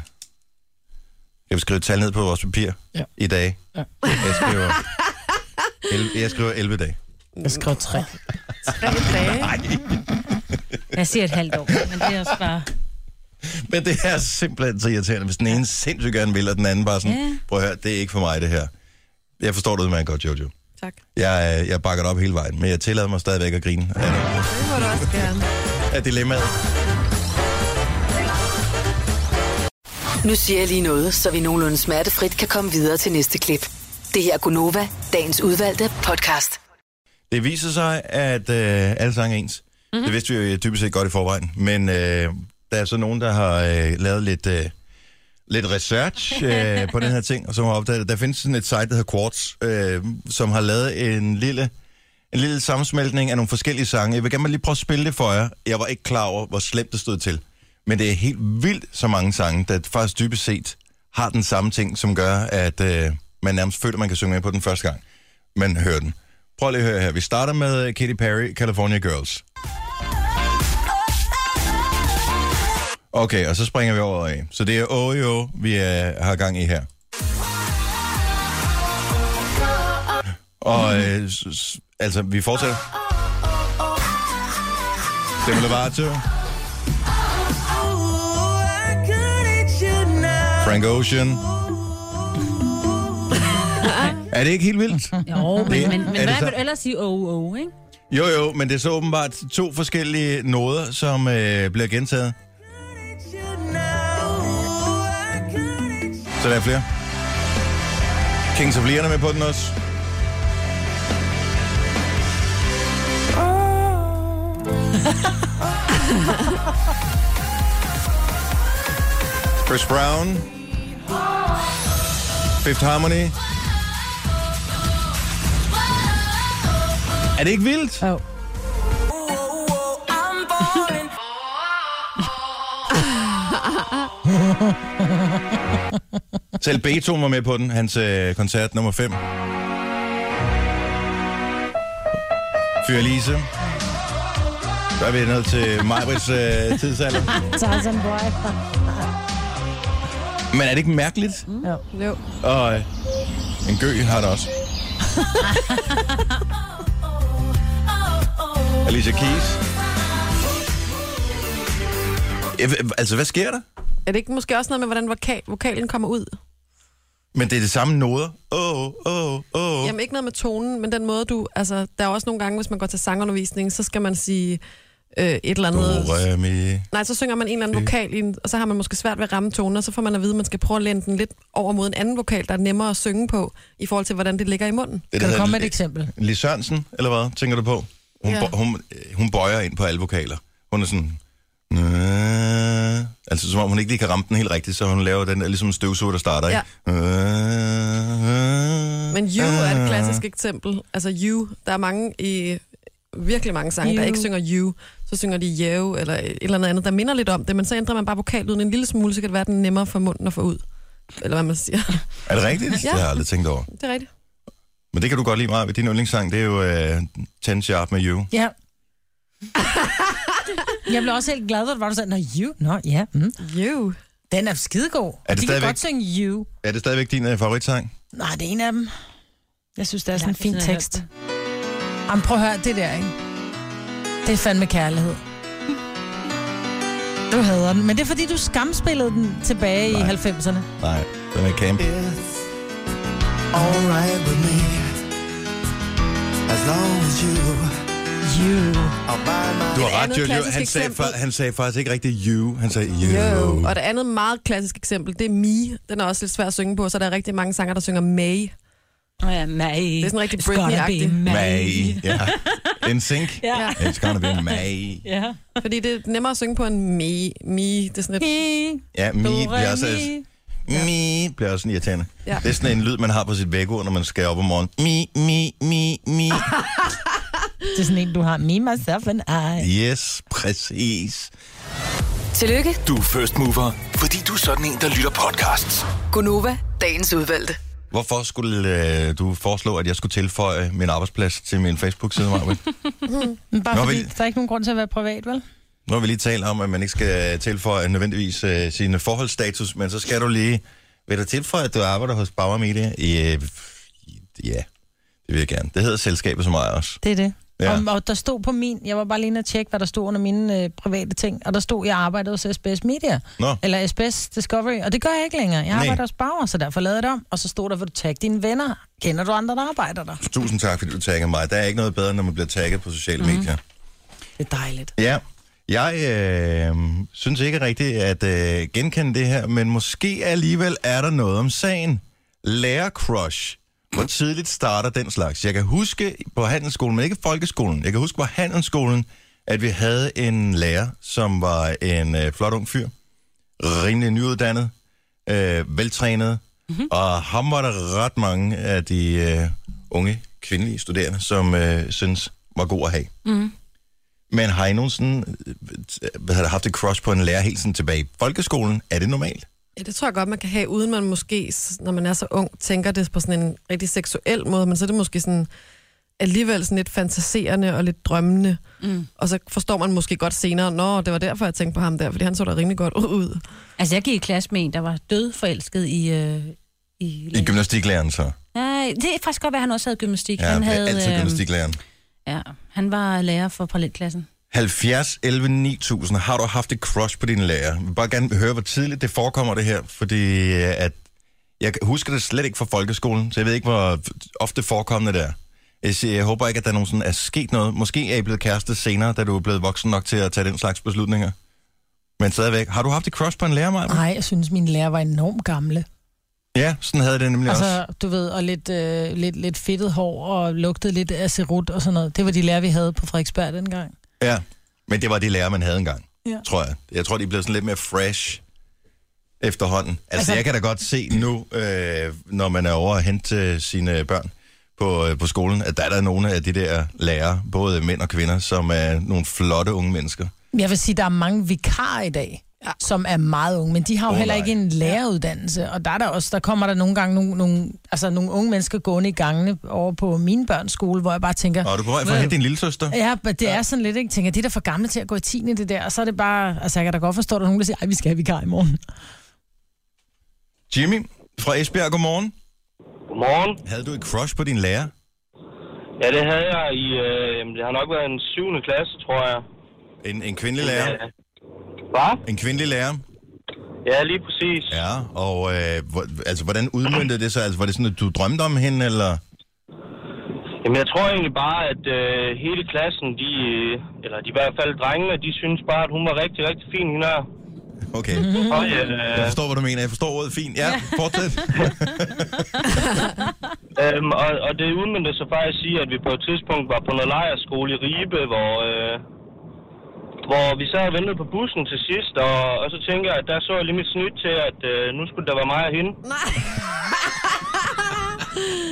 Skal vi skrive et tal ned på vores papir Ja. i dag? Ja. Jeg skriver, 11, jeg skriver 11 dage. Jeg skrev tre. Tre dage. Jeg siger et halvt år, men det er også bare... Men det er simpelthen så irriterende, hvis den ene sindssygt gerne vil, og den anden bare sådan, Ja. prøv at høre, det er ikke for mig det her. Jeg forstår det udmærket godt, Jojo. Tak. Jeg, øh, jeg bakker det op hele vejen, men jeg tillader mig stadigvæk at grine af, Det må du også [laughs] gerne. af dilemmaet. Nu siger jeg lige noget, så vi nogenlunde smertefrit kan komme videre til næste klip. Det her er Gunova, dagens udvalgte podcast. Det viser sig, at øh, alle sange er ens. Mm-hmm. Det vidste vi jo typisk set godt i forvejen. Men øh, der er så nogen, der har øh, lavet lidt, øh, lidt research øh, på den her ting, og som har opdaget, at der findes sådan et site, der hedder Quartz, øh, som har lavet en lille, en lille sammensmeltning af nogle forskellige sange. Jeg vil gerne lige prøve at spille det for jer. Jeg var ikke klar over, hvor slemt det stod til. Men det er helt vildt så mange sange, der faktisk typisk set har den samme ting, som gør, at øh, man nærmest føler, man kan synge med på den første gang man hører den. Prøv lige at høre her. Vi starter med øh, Katy Perry, California Girls. Okay, og så springer vi over af. Så det er OEO, vi er, har gang i her. Og øh, s- s- altså, vi fortsætter. Det vil være til. Frank Ocean. Ah, Er det ikke helt vildt? Jo, men, Det- men, er men det hvad så- vil du ellers sige? Oh, oh, ikke? Jo, jo, men det er så åbenbart to forskellige noder, som øh, bliver gentaget. Så der er flere. Kings of Leon er med på den også. Chris Brown. Fifth Harmony. Er det ikke vildt? Jo. Selv Beethoven var med på den, hans øh, koncert nummer 5. Fyr Lise. Så er vi nået til Majbrits øh, tidsalder. Tarzan Boy. Men er det ikke mærkeligt? Mm. Jo. Og øh, en gø har det også. Alicia Keys. Jeg ved- Altså, hvad sker der? Er det ikke måske også noget med, hvordan voka- vokalen kommer ud? Men det er det samme noder. Åh, åh, åh. Jamen ikke noget med tonen, men den måde du... Altså, der er også nogle gange, hvis man går til sangundervisning, så skal man sige øh, et eller andet... Do, re, mi. Nej, så synger man en eller anden vokal, i en, og så har man måske svært ved at ramme tonen, og så får man at vide, at man skal prøve at læne den lidt over mod en anden vokal, der er nemmere at synge på, i forhold til, hvordan det ligger i munden. Det, Kan du hedder komme med et Li- eksempel? Lis Sørensen, eller hvad, tænker du på? Hun, ja. Ja. bo, hun, øh, hun bøjer ind på alle vokaler. Hun er sådan... "Næ." Altså, som om hun ikke lige kan ramme den helt rigtigt, så hun laver den der ligesom en støvsuger, der starter, ikke? Men You er Ah. et klassisk ikke? eksempel. Altså You, der er mange i virkelig mange sange, you. der You. ikke synger You. Så synger de Jæv eller et eller andet andet, der minder lidt om det, men så ændrer man bare vokallyden en lille smule, så kan det være, den er nemmere for munden at få ud. Eller hvad man siger. [laughs] Er det rigtigt? Ja. Det har jeg aldrig tænkt over. Det er rigtigt. Men det kan du godt lide meget ved din yndlingssang, det er jo øh, 10 Sharp med You. Ja. jeg blev også helt glad, da det var, du sagde, Nå, you, nå, ja, mm. You. Den er skidegod. Er det de stadigvæk- kan godt synge you. Er det stadigvæk din øh, favoritsang? Nej, det er en af dem. Jeg synes, det er sådan en Ja, fin sådan har jeg tekst. hørt Jamen, prøv at høre det der, ikke? Det er fandme kærlighed. Du hader den, men det er fordi, du skamspillede den tilbage Nej. i 90'erne. Nej, den er camp. Alright with me. As long as you You. are by my Du har Et ret, andet jo, jo. klassisk Han, sagde, eksempel. fa- han sagde faktisk ikke rigtig you, han sagde you. Jo. Og det andet meget klassisk eksempel, det er Me. Den er også lidt svær at synge på, så der er rigtig mange sanger, der synger May. Nå ja, May. Det er sådan rigtig Britney-agtigt. May. Ja. En sink. Ja. It's gonna be May. Ja. Fordi det er nemmere at synge på en Me. Me, det er sådan lidt... Ja, me bliver også, me bliver også sådan irriterende. Ja. Det er sådan en lyd, man har på sit vækord, når man skal op om morgenen. Me, me, me, me. [laughs] Det er sådan en, du har. Me, myself and I. Yes, præcis. Tillykke, Du er first mover, fordi du er sådan en, der lytter podcasts. Gunova, dagens udvalgte. Hvorfor skulle øh, du foreslå, at jeg skulle tilføje min arbejdsplads til min Facebook-side, Marvind? Men bare Nå, fordi, vi- der er ikke nogen grund til at være privat, vel? Nu har vi lige talt om, at man ikke skal tilføje nødvendigvis øh, sin forholdsstatus, men så skal du lige... Vil du tilføje, at du arbejder hos Bauer Media? Øh, ja, det vil jeg gerne. Det hedder selskabet som mig også. Det er det. Ja. Ja. Og, og der stod på min, jeg var bare lige inde og tjekke, hvad der stod under mine øh, private ting, og der stod, jeg arbejdede hos SBS Media, Nå. eller SBS Discovery, og det gør jeg ikke længere. Jeg Nej. arbejder hos Bauer, så derfor lavede jeg det om, og så stod der, vil du tagge dine venner? Kender du andre, der arbejder der? Tusind tak, fordi du taggede mig. Der er ikke noget bedre, når man bliver tagget på sociale mm. medier. Mhm. Det er dejligt. Ja, jeg øh, synes ikke rigtigt at øh, genkende det her, men måske alligevel er der noget om sagen. Lærercrush. Hvor Mhm. tidligt starter den slags? Jeg kan huske på handelsskolen, men ikke folkeskolen. Jeg kan huske på handelsskolen, at vi havde en lærer, som var en øh, flot ung fyr. Rimelig nyuddannet, øh, veltrænet. Mhm. Mm-hmm. Og ham var der ret mange af de øh, unge kvindelige studerende, som øh, synes var god at have. Men har I nogensinde øh, hvad hedder det, haft et crush på en lærer helt sådan tilbage i folkeskolen? Er det normalt? Ja, det tror jeg godt, man kan have, uden man måske, s- når man er så ung, tænker det på sådan en rigtig seksuel måde, men så er det måske sådan alligevel sådan lidt fantaserende og lidt drømmende. Mm. Og så forstår man måske godt senere, nå, det var derfor, jeg tænkte på ham der, fordi han så da rimelig godt [laughs] ud. Altså, jeg gik i klasse med en, der var død forelsket i... Øh, i, I gymnastiklæreren så? Nej, det er faktisk godt, at han også havde gymnastik. Ja, han det er havde, altid øhm, gymnastiklæreren. Ja, han var lærer for parallelklassen. 70, 11, 9000. Har du haft et crush på din lærer? Jeg vil bare gerne høre, hvor tidligt det forekommer det her, fordi øh, at jeg husker det slet ikke fra folkeskolen, så jeg ved ikke, hvor ofte forekommende det er. Jeg, siger, jeg håber ikke, at der nogen sådan er sket noget. Måske er I blevet kæreste senere, da du er blevet voksen nok til at tage den slags beslutninger. Men stadigvæk, har du haft et crush på en lærer, Maja? Nej, jeg synes, mine lærer var enormt gamle. Ja, sådan havde jeg det nemlig også. Altså, du ved, og lidt, øh, lidt, lidt fedtet hår, og lugtede lidt af serut og sådan noget. Det var de lærer, vi havde på Frederiksberg dengang. Ja, men det var det lærer, man havde engang, ja. Ja. tror jeg. Jeg tror, de blev sådan lidt mere fresh efterhånden. Altså, altså Altså- jeg kan da godt se nu, øh, når man er over at hente sine børn på, øh, på skolen, at der er der nogle af de der lærere, både mænd og kvinder, som er nogle flotte unge mennesker. Jeg vil sige, der er mange vikarer i dag, ja. som er meget unge, men de har jo Åh, oh, heller nej. ikke en læreruddannelse. Og der, er der, også, der kommer der nogle gange nogle, nogle, altså nogle unge mennesker gående i gangene over på min børns skole, hvor jeg bare tænker, Og er du på vej for at hente din lille søster? Ja, men det er sådan lidt, ikke? Tænker, de er da for gamle til at gå i 10. det der, og så er det bare... Altså, jeg kan da godt forstå, at der er nogen, der siger, ej, vi skal have vikar i morgen. Jimmy fra Esbjerg, godmorgen. Godmorgen. Havde du et crush på din lærer? Ja, det havde jeg i... Øh, jamen, det har nok været en 7. klasse, tror jeg. En, en kvindelig lærer? Hva? En kvindelig lærer? Ja, lige præcis. Ja. Ja, og øh, hvor, altså, hvordan udmyndte det sig? Altså, var det sådan, at du drømte om hende, eller... Jamen, jeg tror egentlig bare, at øh, hele klassen, de... øh, Eller de, i hvert fald drengene, de synes bare, at hun var rigtig, rigtig fin, hende her. Okay. Og, Jeg øh, forstår, hvad du mener. Jeg forstår ordet fint. Ja, fortsæt. [laughs] øhm, og, og det udmyndte sig faktisk i, at vi på et tidspunkt var på noget lejerskole i Ribe, hvor... Øh, hvor vi så havde ventet på bussen til sidst, og, og så tænker jeg, at der så jeg lige mit snydt til, at øh, nu skulle der være mig og hende. Nej.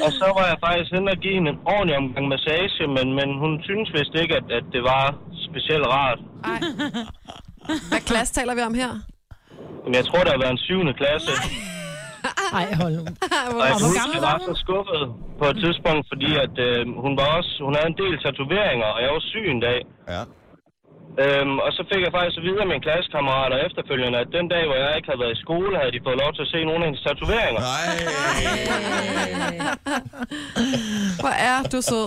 Og så var jeg faktisk henne og give hende en ordentlig omgang massage, men, men hun synes vist ikke, at, at det var specielt rart. Ej. Hvad klasse taler vi om her? Men jeg tror, der har været en syvende klasse. Ej, [laughs] hold nu. Og jeg kan Og hvor huske, gammel jeg var var så skuffet på et tidspunkt, fordi at, øh, hun, var også, hun havde en del tatoveringer, og jeg var syg en dag. Ja. Øhm, og så fik jeg faktisk at vide af mine klassekammerater efterfølgende, at den dag, hvor jeg ikke havde været i skole, havde de fået lov til at se nogle af hendes tatoveringer. Nej. Hvor er du sød.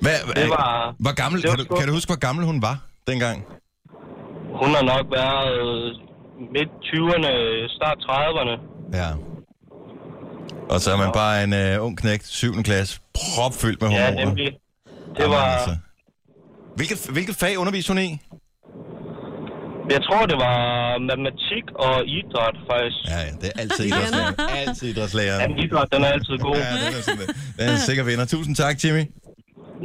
Hvad, Det var- Hvor gammel, det var kan, du, kan du huske, hvor gammel hun var dengang? Hun har nok været øh, midt 20'erne, start 30'erne. Ja. Og så er man bare en øh, ung knægt, 7. klasse, propfyldt med Ja, hormoner. nemlig. Det Jamen, var, altså. Hvilket, hvilket fag underviste hun i? jeg tror, det var matematik og idræt, faktisk. Ja, ja, det er altid idrætslæreren. altid Ja, idrætslæreren. idræt, den er altid god. Ja, den er, sådan, det. den er en sikker vinder. Tusind tak, Jimmy.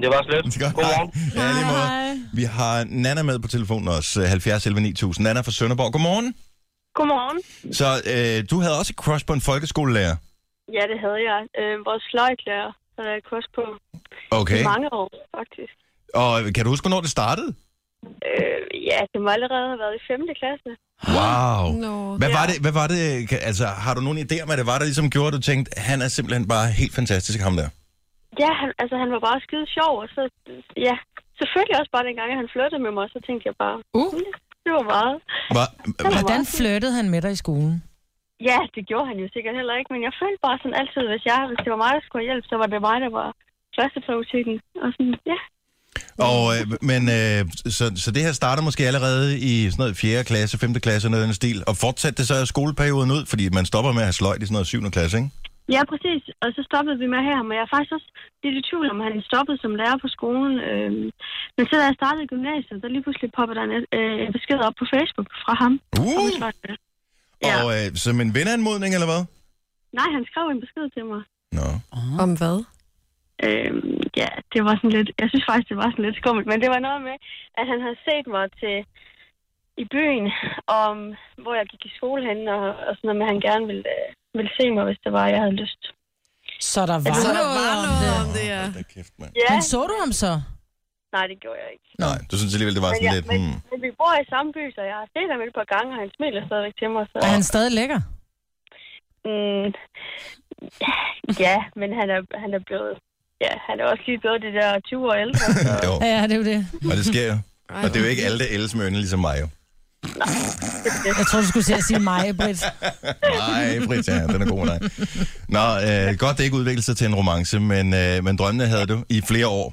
Det var slet. [laughs] Godt. Godmorgen. Ja, i lige måde. Vi har Nana med på telefonen også, øh, 70 11 9000. Nana fra Sønderborg. Godmorgen. Godmorgen. Så øh, du havde også et crush på en folkeskolelærer. [laughs] Ja, det havde jeg. Øh, vores fløjtlærer, der er kurs på Okay. i mange år, faktisk. Og kan du huske, hvornår det startede? Øh, ja, det må allerede have været i 5. klasse. Wow. Nå. Hvad var det? Hvad var det? kan- Altså, har du nogen idéer, hvad det var, der ligesom gjorde, at du tænkte, han er simpelthen bare helt fantastisk, ham der? Ja, han, altså han var bare skide sjov, og så, ja, selvfølgelig også bare dengang, at han flyttede med mig, så tænkte jeg bare, "Mm, uh. det var meget. Hva? Hvordan flyttede han med dig i skolen? Ja, det gjorde han jo sikkert heller ikke, men jeg følte bare sådan altid, hvis, jeg, hvis det var mig, der skulle have hjælp, så var det mig, der var førsteprioriteten. Og sådan, ja, Og, øh, men, øh, så, så det her starter måske allerede i sådan noget 4. klasse, 5. klasse, noget i den stil. Og fortsatte det så skoleperioden ud, fordi man stopper med at have sløjt i sådan noget 7. klasse, ikke? Ja, præcis. Og så stoppede vi med her, men jeg er faktisk også lidt i tvivl om, han stoppede som lærer på skolen. Øhm, men så da jeg startede i gymnasiet, der lige pludselig poppede der en, øh, en besked op på Facebook fra ham. Uh! Om et fløjtespil. Ja. Og øh, som en venanmodning, eller hvad? Nej, han skrev en besked til mig. Nå. Om hvad? Øhm, ja, det var sådan lidt... Jeg synes faktisk, det var sådan lidt skummelt, men det var noget med, at han havde set mig til i byen, om, hvor jeg gik i skole hen, og, og sådan noget med, at han gerne ville, øh, ville se mig, hvis det var, jeg havde lyst. Så der var, Altså, så der noget var om noget om det, ja. Ja. Men så du ham så? Nej, det gjorde jeg ikke. Nej, du synes alligevel, det var Men, sådan ja, lidt... men, Hmm. men vi bor i samme by, så jeg har set ham et par gange, og han smiler stadigvæk til mig. Så... Er han stadig [laughs] lækker? Mm, ja, men han er, han er blevet... Ja, han er også lige blevet det der 20 år [laughs] ældre. Så... Jo, Ja, det er jo det. og det sker jo. Og det er jo ikke alle, der ældes med øjne, ligesom mig jo. Jeg tror, du skulle til at sige mig, Britt. Nej, Britta, den er god med dig. Nå, øh, godt, det ikke udviklede sig til en romance, men, øh, men drømmene havde du i flere år.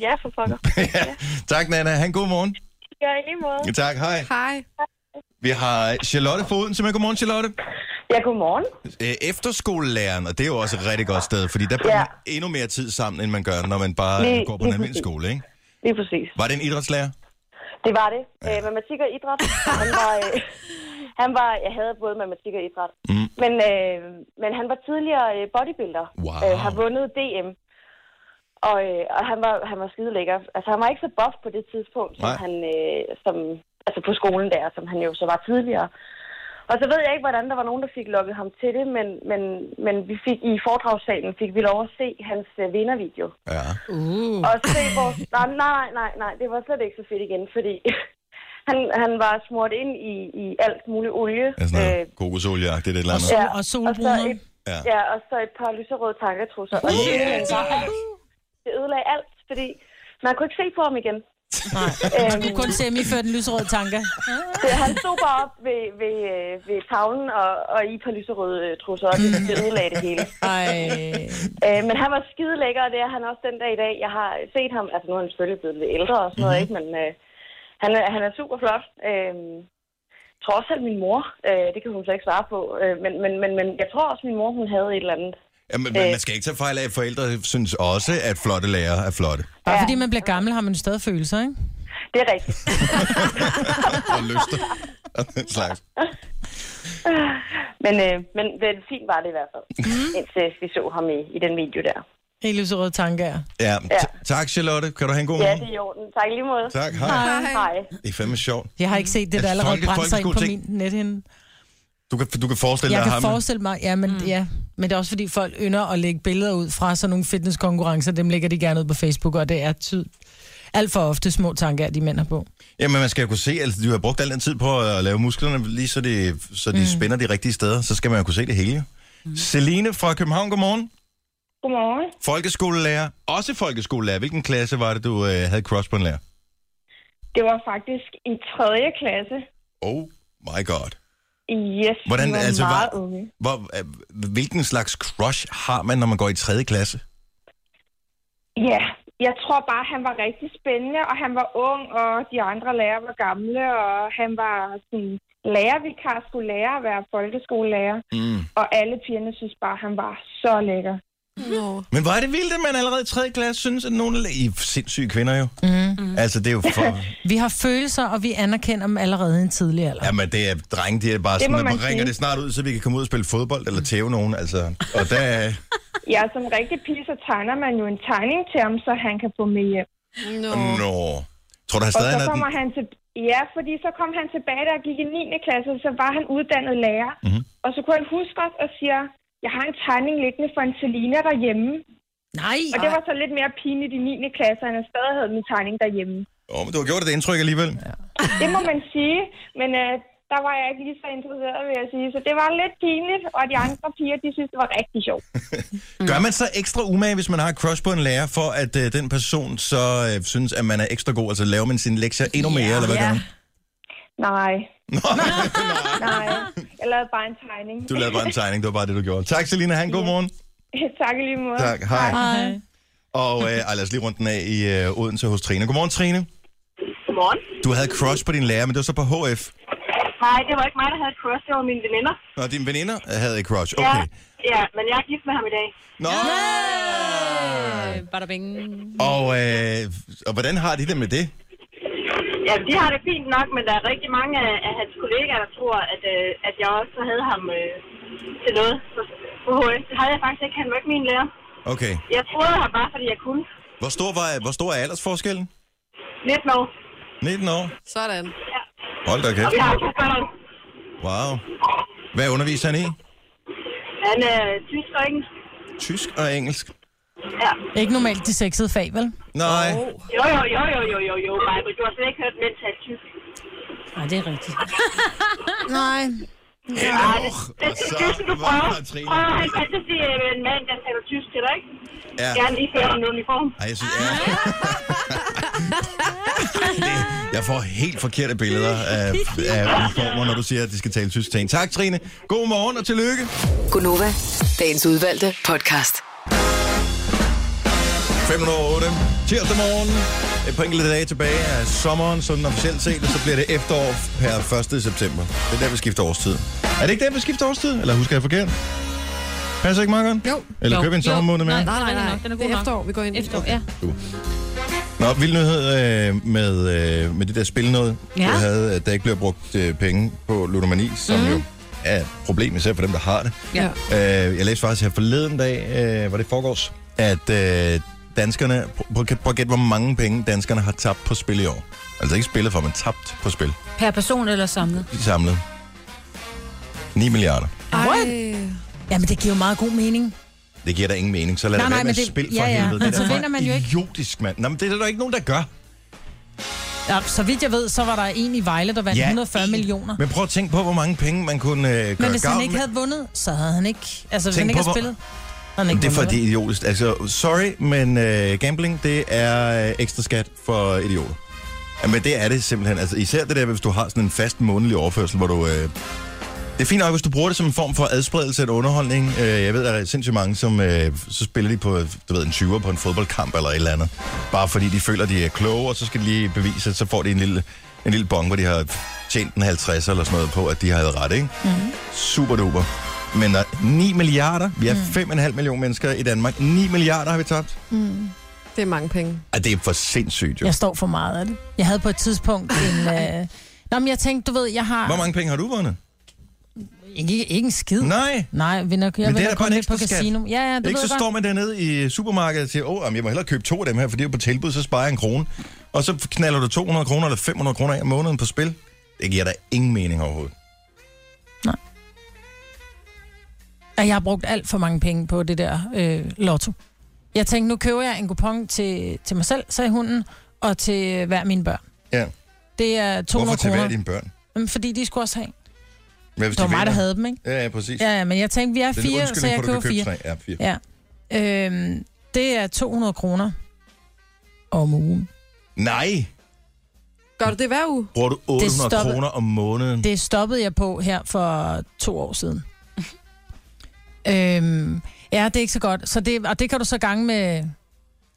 Ja, for pokker. ja. Tak, Nana. Han god morgen. Ja, i lige måde. Ja, tak, hej. Hej. Vi har Charlotte Foden, som er godmorgen, Charlotte. Ja, godmorgen. Øh, efterskolelæreren, og det er jo også et rigtig godt sted, fordi der bruger ja. endnu mere tid sammen, end man gør, når man bare Lige- lige, går på en lige almindelig præcis. skole, ikke? Lige præcis. Var det en idrætslærer? Det var det. Ja. Øh, matematik og idræt. Han var, [laughs] øh, han var, jeg havde både matematik og idræt. Mm. Men, øh, men han var tidligere øh, bodybuilder. Wow. Øh, har vundet DM. Og, øh, og han, var, han var skide lækker. Altså, han var ikke så buff på det tidspunkt, som Nej. han, øh, som, altså på skolen der, som han jo så var tidligere. Og så ved jeg ikke, hvordan der var nogen, der fik lukket ham til det, men, men, men vi fik i foredragssalen fik vi lov at se hans øh, vindervideo. Ja. Uh. Og se vores... Nej, nej, nej, nej, det var slet ikke så fedt igen, fordi [laughs] han, han var smurt ind i, i alt muligt olie. Ja, sådan noget kokosolie det et eller andet. ja, Og så et, Ja. ja. ja, og så et par lyserøde tanketrusser. Og det, Yeah, ødelagde bare alt. det ødelagde alt, fordi man kunne ikke se på ham igen. Nej. Øhm. Du kunne kun se ham i før den lyserøde tanke. Så han stod bare op ved, ved, øh, ved tavlen og, og i et par lyserøde øh, trusser, og det, det ødelagde det hele. Ej. Øh, men han var skide lækker, og det er han også den dag i dag. Jeg har set ham, altså nu er han selvfølgelig blevet lidt ældre og sådan noget, ikke? men øh, han, er, han er super flot. Øh, jeg tror også selv min mor, øh, det kan hun så ikke svare på, øh, men, men, men, men jeg tror også min mor, hun havde et eller andet. Jamen, Øh. men man skal ikke tage fejl af, at forældre synes også, at flotte lærere er flotte. [laughs] Bare fordi man bliver gammel, har man jo stadig følelser, ikke? Det er rigtigt. Og lyster. Og den [laughs] slags. Men, øh, men, men fint var det i hvert fald, indtil vi så ham i, i den video der. I lyserøde tanker. Ja, t- tak Charlotte. Kan du have en god Ja, morgen? det er i orden. Tak i lige måde. Tak, hej. Hej. Hej. Det er fandme sjovt. Jeg har ikke set det, At der allerede folke- brændte sig ind på min folkeskoleting- nethinde. Du kan, du kan forestille Jeg dig ham. kan forestille mig, ja men, mm. ja, men det er også fordi folk ynder at lægge billeder ud fra sådan nogle fitnesskonkurrencer. Dem lægger de gerne ud på Facebook, og det er tyd. Alt for ofte små tanker, de mænd har på. Jamen, man skal jo kunne se, altså, de har brugt al den tid på at lave musklerne, lige så de, så de mm. spænder de rigtige steder. Så skal man jo kunne se det hele. Mm. Celine fra København, godmorgen. Godmorgen. Folkeskolelærer. Også folkeskolelærer. Hvilken klasse var det, du øh, havde crush på en lærer? Det var faktisk i 3. klasse. Oh my god. Yes, Hvordan- vi var altså, meget var- unge. Hvor, øh, hvilken slags crush har man, når man går i 3. klasse? Ja, jeg tror bare, han var rigtig spændende, og han var ung, og de andre lærere var gamle, og han var sådan lærervikar skulle lære at være folkeskolelærer. Mm. Og alle pigerne synes bare, at han var så lækker. No. Men hvor er det vildt, at man allerede i 3. klasse synes, at nogen er... I er sindssyge kvinder jo. Mm. Altså, det er jo [laughs] for... Vi har følelser, og vi anerkender dem allerede i en tidlig alder. Jamen, det er drenge, de er bare Det sådan, må at man man ringer sige. det snart ud, så vi kan komme ud og spille fodbold eller tæve nogen, altså. Og der er... Ja, som rigtig pige, så tegner man jo en tegning til ham, så han kan få med hjem. No. Mm. Nå. Tror du, han Og stadig så er den... kommer han til... Ja, fordi så kom han tilbage, da jeg gik i 9. klasse, så var han uddannet lærer. Mhm. Og så kunne han huske os og siger, jeg har en tegning liggende for en Selina derhjemme. Nej. Og det var så lidt mere pinligt i 9. klasse, at han stadig havde min tegning derhjemme. Åh, oh, men du har gjort det indtryk alligevel. Ja. Det må man sige, men øh, der var jeg ikke lige så interesseret, vil jeg sige. Så det var lidt pinligt, og de andre piger, de synes, det var rigtig sjovt. Gør man så ekstra umage, hvis man har et crush på en lærer, for at øh, den person så øh, synes, at man er ekstra god? Altså, laver man sine lektier endnu mere, eller hvad gør man? [laughs] Nej. Nej. Jeg lavede bare en tegning. Du lavede [laughs] bare en tegning, det var bare det, du gjorde. Tak, Selina. Han, god morgen. tak i lige måde. Tak, hej. Hej. Og øh, ej, lad os lige rundt den af i øh, Odense hos Trine. Godmorgen, Trine. Godmorgen. Du havde crush på din lærer, men det var så på HF. Nej, det var ikke mig, der havde et crush. Det var mine veninder. Og dine veninder havde et crush. Ja, Okay. ja, men jeg er gift med ham i dag. Nå! Øh, Bada bing. Og, øh, og hvordan har de det med det? Ja, de har det fint nok, men der er rigtig mange af, af hans kollegaer, der tror, at, øh, at jeg også havde ham øh, til noget på, på HF. Det havde jeg faktisk ikke. Han var ikke min lærer. Okay. Jeg troede ham bare, fordi jeg kunne. Hvor stor, var, hvor stor er aldersforskellen? 19 år. 19 år. Sådan. Hold da Og vi har kæft. to børn. Wow. Hvad underviser han i? Han er øh, tysk og engelsk. Tysk og engelsk. Ja. Ikke normalt de sexede fag, vel? Nej. Jo, jo, jo, jo, jo, jo, jo, Michael. Du har slet ikke hørt mænd tale tysk. Nej, det er rigtigt. Nej. Nej, det, det, det, det, det, du prøver. Prøv at have en fantasi med en mand, der taler tysk til dig, ikke? Ja. Gerne lige før en uniform. Ej, jeg synes, ja. Jeg får helt forkerte billeder af, af uniformer, når du siger, at de skal tale tysk til en. Tak, Trine. God morgen og tillykke. Gunova, dagens udvalgte podcast. 508. Tirsdag morgen. Et par enkelte dage tilbage af sommeren, sådan officielt set, og så bliver det efterår per 1. september. Det er der, vi skifter årstid. Er det ikke der, vi skifter årstid? Eller husker jeg forkert? Passer ikke meget godt? Jo. Eller Jo. køber en Jo. sommermåned med? Nej, nej, nej. nej. Den er god det er efterår, vi går ind i. Efterår, ja. Nå, vild nyhed øh, med, øh, med det der spil noget, Ja. ja. jeg havde, at der ikke bliver brugt øh, penge på ludomani, som Mhm. mm. jo er et problem, især for dem, der har det. Ja. Øh, jeg læste faktisk her forleden dag, øh, var det i forgårs, at øh, danskerne, prøv at gæt- prøv at gætte, hvor mange penge danskerne har tabt på spil i år. Altså ikke spillet for, men tabt på spil. Per person eller samlet? De samlet. 9 milliarder. What? Jamen, det giver jo meget god mening. Det giver da ingen mening, så lad Nej, det være nej, med men det- spil for ja, ja. helvede. Men Det er så da for vinder man jo ikke. idiotisk, mand. Nå, men det er der jo ikke nogen, der gør. Ja, så vidt jeg ved, så var der en i Vejle, der vandt Ja, ja, 140 millioner. Men prøv at tænke på, hvor mange penge man kunne øh, gøre Men hvis han gavn ikke med. havde vundet, så havde han ikke... Altså, hvis Tænk han ikke på, havde hvor- spillet... havde Han ikke det er vundet, fordi vel? idiotisk. Altså, sorry, men øh, gambling, det er øh, ekstra skat for idioter. Ja, men det er det simpelthen. Altså, især det der, hvis du har sådan en fast månedlig overførsel, hvor du... Øh, det er fint nok, hvis du bruger det som en form for adspredelse af underholdning. Øh, jeg ved, at der er sindssygt mange, som øh, så spiller de på du ved, en 20'er på en fodboldkamp eller et eller andet. Bare fordi de føler, de er kloge, og så skal de lige bevise, at så får de en lille, en lille bong, hvor de har tjent en 50 eller sådan noget på, at de havde ret, ikke? Mm. Super duper. Men når 9 milliarder, vi er 5,5 millioner mennesker i Danmark, 9 milliarder har vi tabt. Mm. Det er mange penge. Ej, det er for sindssygt jo. Jeg står for meget af det. Jeg havde på et tidspunkt [laughs] en... Øh... Nå, men jeg tænkte, du ved, jeg har... Hvor mange penge har du vundet? Ikke, ikke en skid. Nej. Nej, vinder, Men jeg det er vinder da bare kun en lidt på ekstra skat. casino. Ja, ja, du Ikke ved så godt. står man dernede i supermarkedet og siger, åh, jamen, jeg må hellere købe to af dem her, for de er på tilbud, så sparer jeg en krone. Og så knaller du 200 kroner eller 500 kroner af om måneden på spil. Det giver da ingen mening overhovedet. at jeg har brugt alt for mange penge på det der øh, lotto. Jeg tænkte, nu køber jeg en kupon til, til mig selv, sagde hunden, og til øh, hver mine børn. Ja. Det er 200 Hvorfor tage kroner. hver af dine børn? Jamen, fordi de skulle også have. Hvad, Det var mig, der vinder? havde dem, ikke? Ja, ja, præcis. Ja, ja, men jeg tænkte, vi er Det er en fire, undskyldning så jeg for, at du køber kan fire. købe tre. Ja, fire. Ja. Øhm, det er 200 kroner om ugen. Nej, Gør du det hver uge? bruger du Det 800 stopper- kroner om måneden? Det stoppede jeg på her for to år siden. øhm, ja, det er ikke så godt. Så det, og det kan du så gange med ja, fem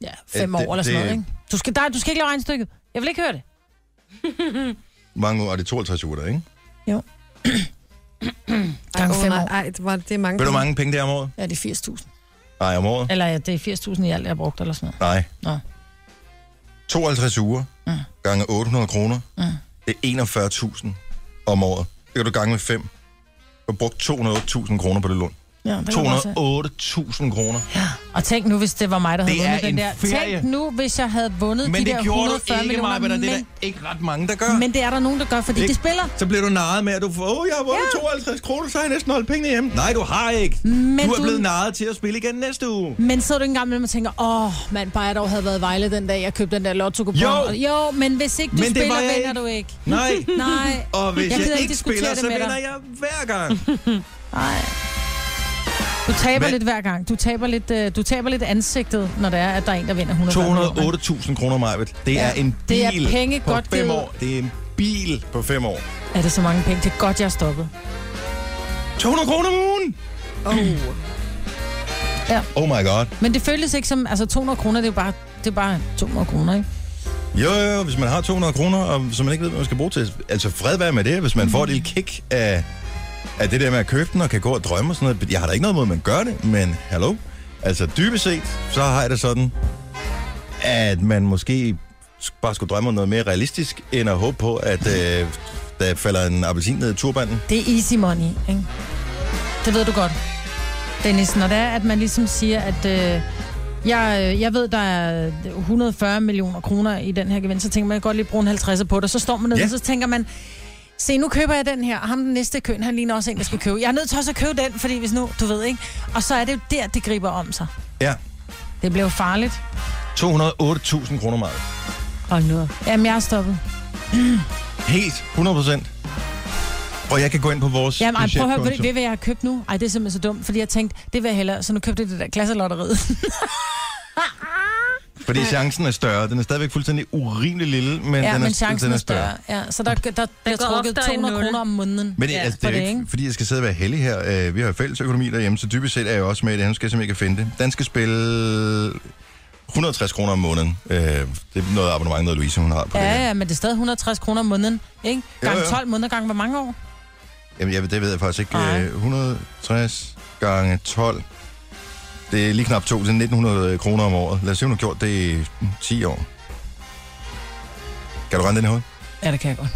Ja, ja, det- år eller sådan det- noget. Ikke? Du, skal, nej, du skal [laughs] ikke lave regnstykket. Jeg vil ikke høre det. Mange år er det 52 uger, ikke? Jo. Gange fem år. Ej, det, var, det er mange Ved du, hvor mange penge det er om året? Ja, det er 80.000. Nej, om året? Eller ja, det er 80.000 i alt, jeg har brugt, eller sådan noget. Nej. Nå. 52 uger Mm. gange 800 kroner, Mm. det er 41.000 om året. Det kan du gange med 5. Du har brugt 208.000 kroner på det lån. Ja, det kan man godt se. 208.000 kroner. Og tænk nu, hvis det var mig, der havde Det er vundet den en der. ferie. Tænk nu, hvis jeg havde vundet Men de det der gjorde du 140 ikke, millioner. Maja, men det er men, der ikke ret mange, der gør. Men det er der nogen, der gør, fordi Ikke? de spiller. Så bliver du narret med, at du får, åh, jeg har vundet ja. 52 kroner, så har jeg næsten holdt pengene hjemme. Nej, du har ikke. Men du er du- blevet narret til at spille igen næste uge. Men sidder du ikke engang med dem og tænker, åh, mand, bare jeg dog havde været i Vejle den dag, jeg købte den der lotto kupon Jo. jo, men hvis ikke du Men det spiller, var jeg vinder ikke. du ikke. Nej. [laughs] Nej. Og hvis jeg, gider jeg ikke diskutere spiller, det så med vinder dig. jeg hver [laughs] gang. Nej. Du taber Hvad? lidt hver gang. Du taber lidt, øh, du taber lidt ansigtet, når det er, at der er en, der vinder 100 208.000 kroner, Majbet. Det er Ja. en bil Det er penge på godt fem givet. år. Det er en bil på fem år. Er det så mange penge? Det er godt, jeg har stoppet. 200 kroner om ugen! Oh. Ja. Oh my god. Men det føles ikke som... Altså, 200 kroner, det er jo bare, det er bare 200 kroner, ikke? Jo, jo, jo, hvis man har 200 kroner, og som man ikke ved, hvad man skal bruge til. Altså, fred være med det, hvis man får et lille kick af, af det der med at købe den, og kan gå og drømme og sådan noget. Jeg har da ikke noget mod, at man gør det, men hallo? Altså, dybest set, så har jeg det sådan, at man måske sk- bare skulle drømme om noget mere realistisk, end at håbe på, at øh, der falder en appelsin ned i turbanden. Det er easy money, ikke? Det ved du godt, Dennis. Når det er, at man ligesom siger, at... Øh, jeg, øh, jeg ved, der er 140 millioner kroner i den her gevinst, så tænker man, jeg kan godt lige bruge en 50'er på det. Så står man nede, Ja. og så tænker man, se, nu køber jeg den her, og ham den næste i køen, han ligner også en, der skal købe. Jeg er nødt til også at købe den, fordi hvis nu, du ved ikke. Og så er det jo der, det griber om sig. Ja, Det bliver jo farligt. 208.000 kroner meget. Hold nu op. Jamen, jeg er stoppet. Helt 100 procent. Og jeg kan gå ind på vores Jamen, ej, prøv at høre, ved, budgetkonto. du- ved, hvad jeg har købt nu? Ej, det er simpelthen så dumt, fordi jeg tænkte, det vil jeg hellere, så nu købte jeg det der klasselotteriet. Fordi chancen er større. Den er stadigvæk fuldstændig urimelig lille, men, ja, den, er, men chancen den er større. Ja, så der, der, der bliver går trukket oftere end 200 nul. kroner om måneden. Men det, ja, altså, det for er jo ikke, fordi jeg skal sidde og være heldig her. Øh, vi har jo fælles økonomi derhjemme, så dybest set er jeg jo også med i det. Han skal jeg simpelthen ikke finde det. Den skal spille 160 kroner om måneden. Øh, det er noget abonnement, noget Louise hun har på det. Ja, ja, men det er stadig 160 kroner om måneden, ikke? Gang Jo, jo. 12 måneder, gang hvor mange år? Jamen, jeg, det ved jeg faktisk ikke. Øh, 160 gange 12. Det er lige knap 2 til 1900 kroner om året. Lad os se, hun har gjort det i 10 år. Kan du rende den i hovedet? Ja, det kan jeg godt.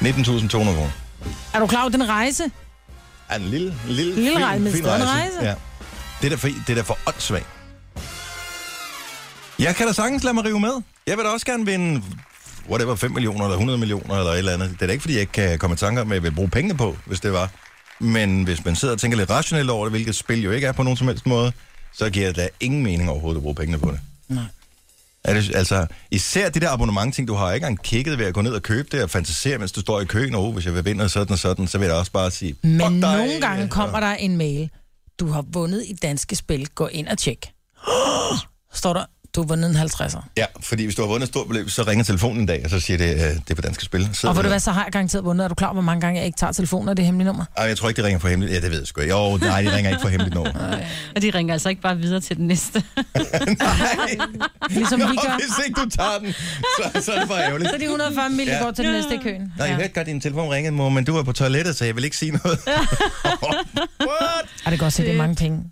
19.200 kroner. [laughs] Er du klar over den rejse? Ja, en lille, en lille, Lille fin- rejse, men fin stadig en rejse. Ja. Det er da for, det er da for åndssvagt. Jeg kan da sagtens lade mig rive med. Jeg vil da også gerne vinde whatever, 5 millioner eller 100 millioner eller et eller andet. Det er da ikke, fordi jeg ikke kan komme i tanker om, at jeg vil bruge pengene på, hvis det var. Men hvis man sidder og tænker lidt rationelt over det, hvilket spil jo ikke er på nogen som helst måde, så giver det da ingen mening overhovedet at bruge pengene på det. Nej. Er det, altså, især det der abonnementting, du har ikke engang kigget ved at gå ned og købe det og fantasere, mens du står i køen, og oh, hvis jeg vil vinde og sådan og sådan, så vil jeg da også bare sige, Men nogle gange kommer der en mail. Du har vundet i danske spil. Gå ind og tjek. [gasps] Står der, du har vundet en 50'er. Ja, fordi hvis du har vundet et stort beløb, så ringer telefonen en dag, og så siger det, øh, det er på danske spil. Så Og hvor du hvad, så har jeg garanteret vundet. Er du klar, over, hvor mange gange jeg ikke tager telefonen og det hemmelige nummer? Ej, jeg tror ikke, det ringer for hemmeligt. Ja, det ved jeg sgu ikke. Jo, nej, det ringer ikke for hemmeligt nummer. Og de ringer altså ikke bare videre til [laughs] den næste. [laughs] Ligesom Nå, vi gør. hvis ikke du tager den, så, så er det bare ærgerligt. Så er de 140 mil, der går til den næste i køen. Nej, jeg hørte godt, din telefon ringede, mor, men du var på toilettet, så jeg vil ikke sige noget. [laughs] Og det kan godt se, det er mange penge.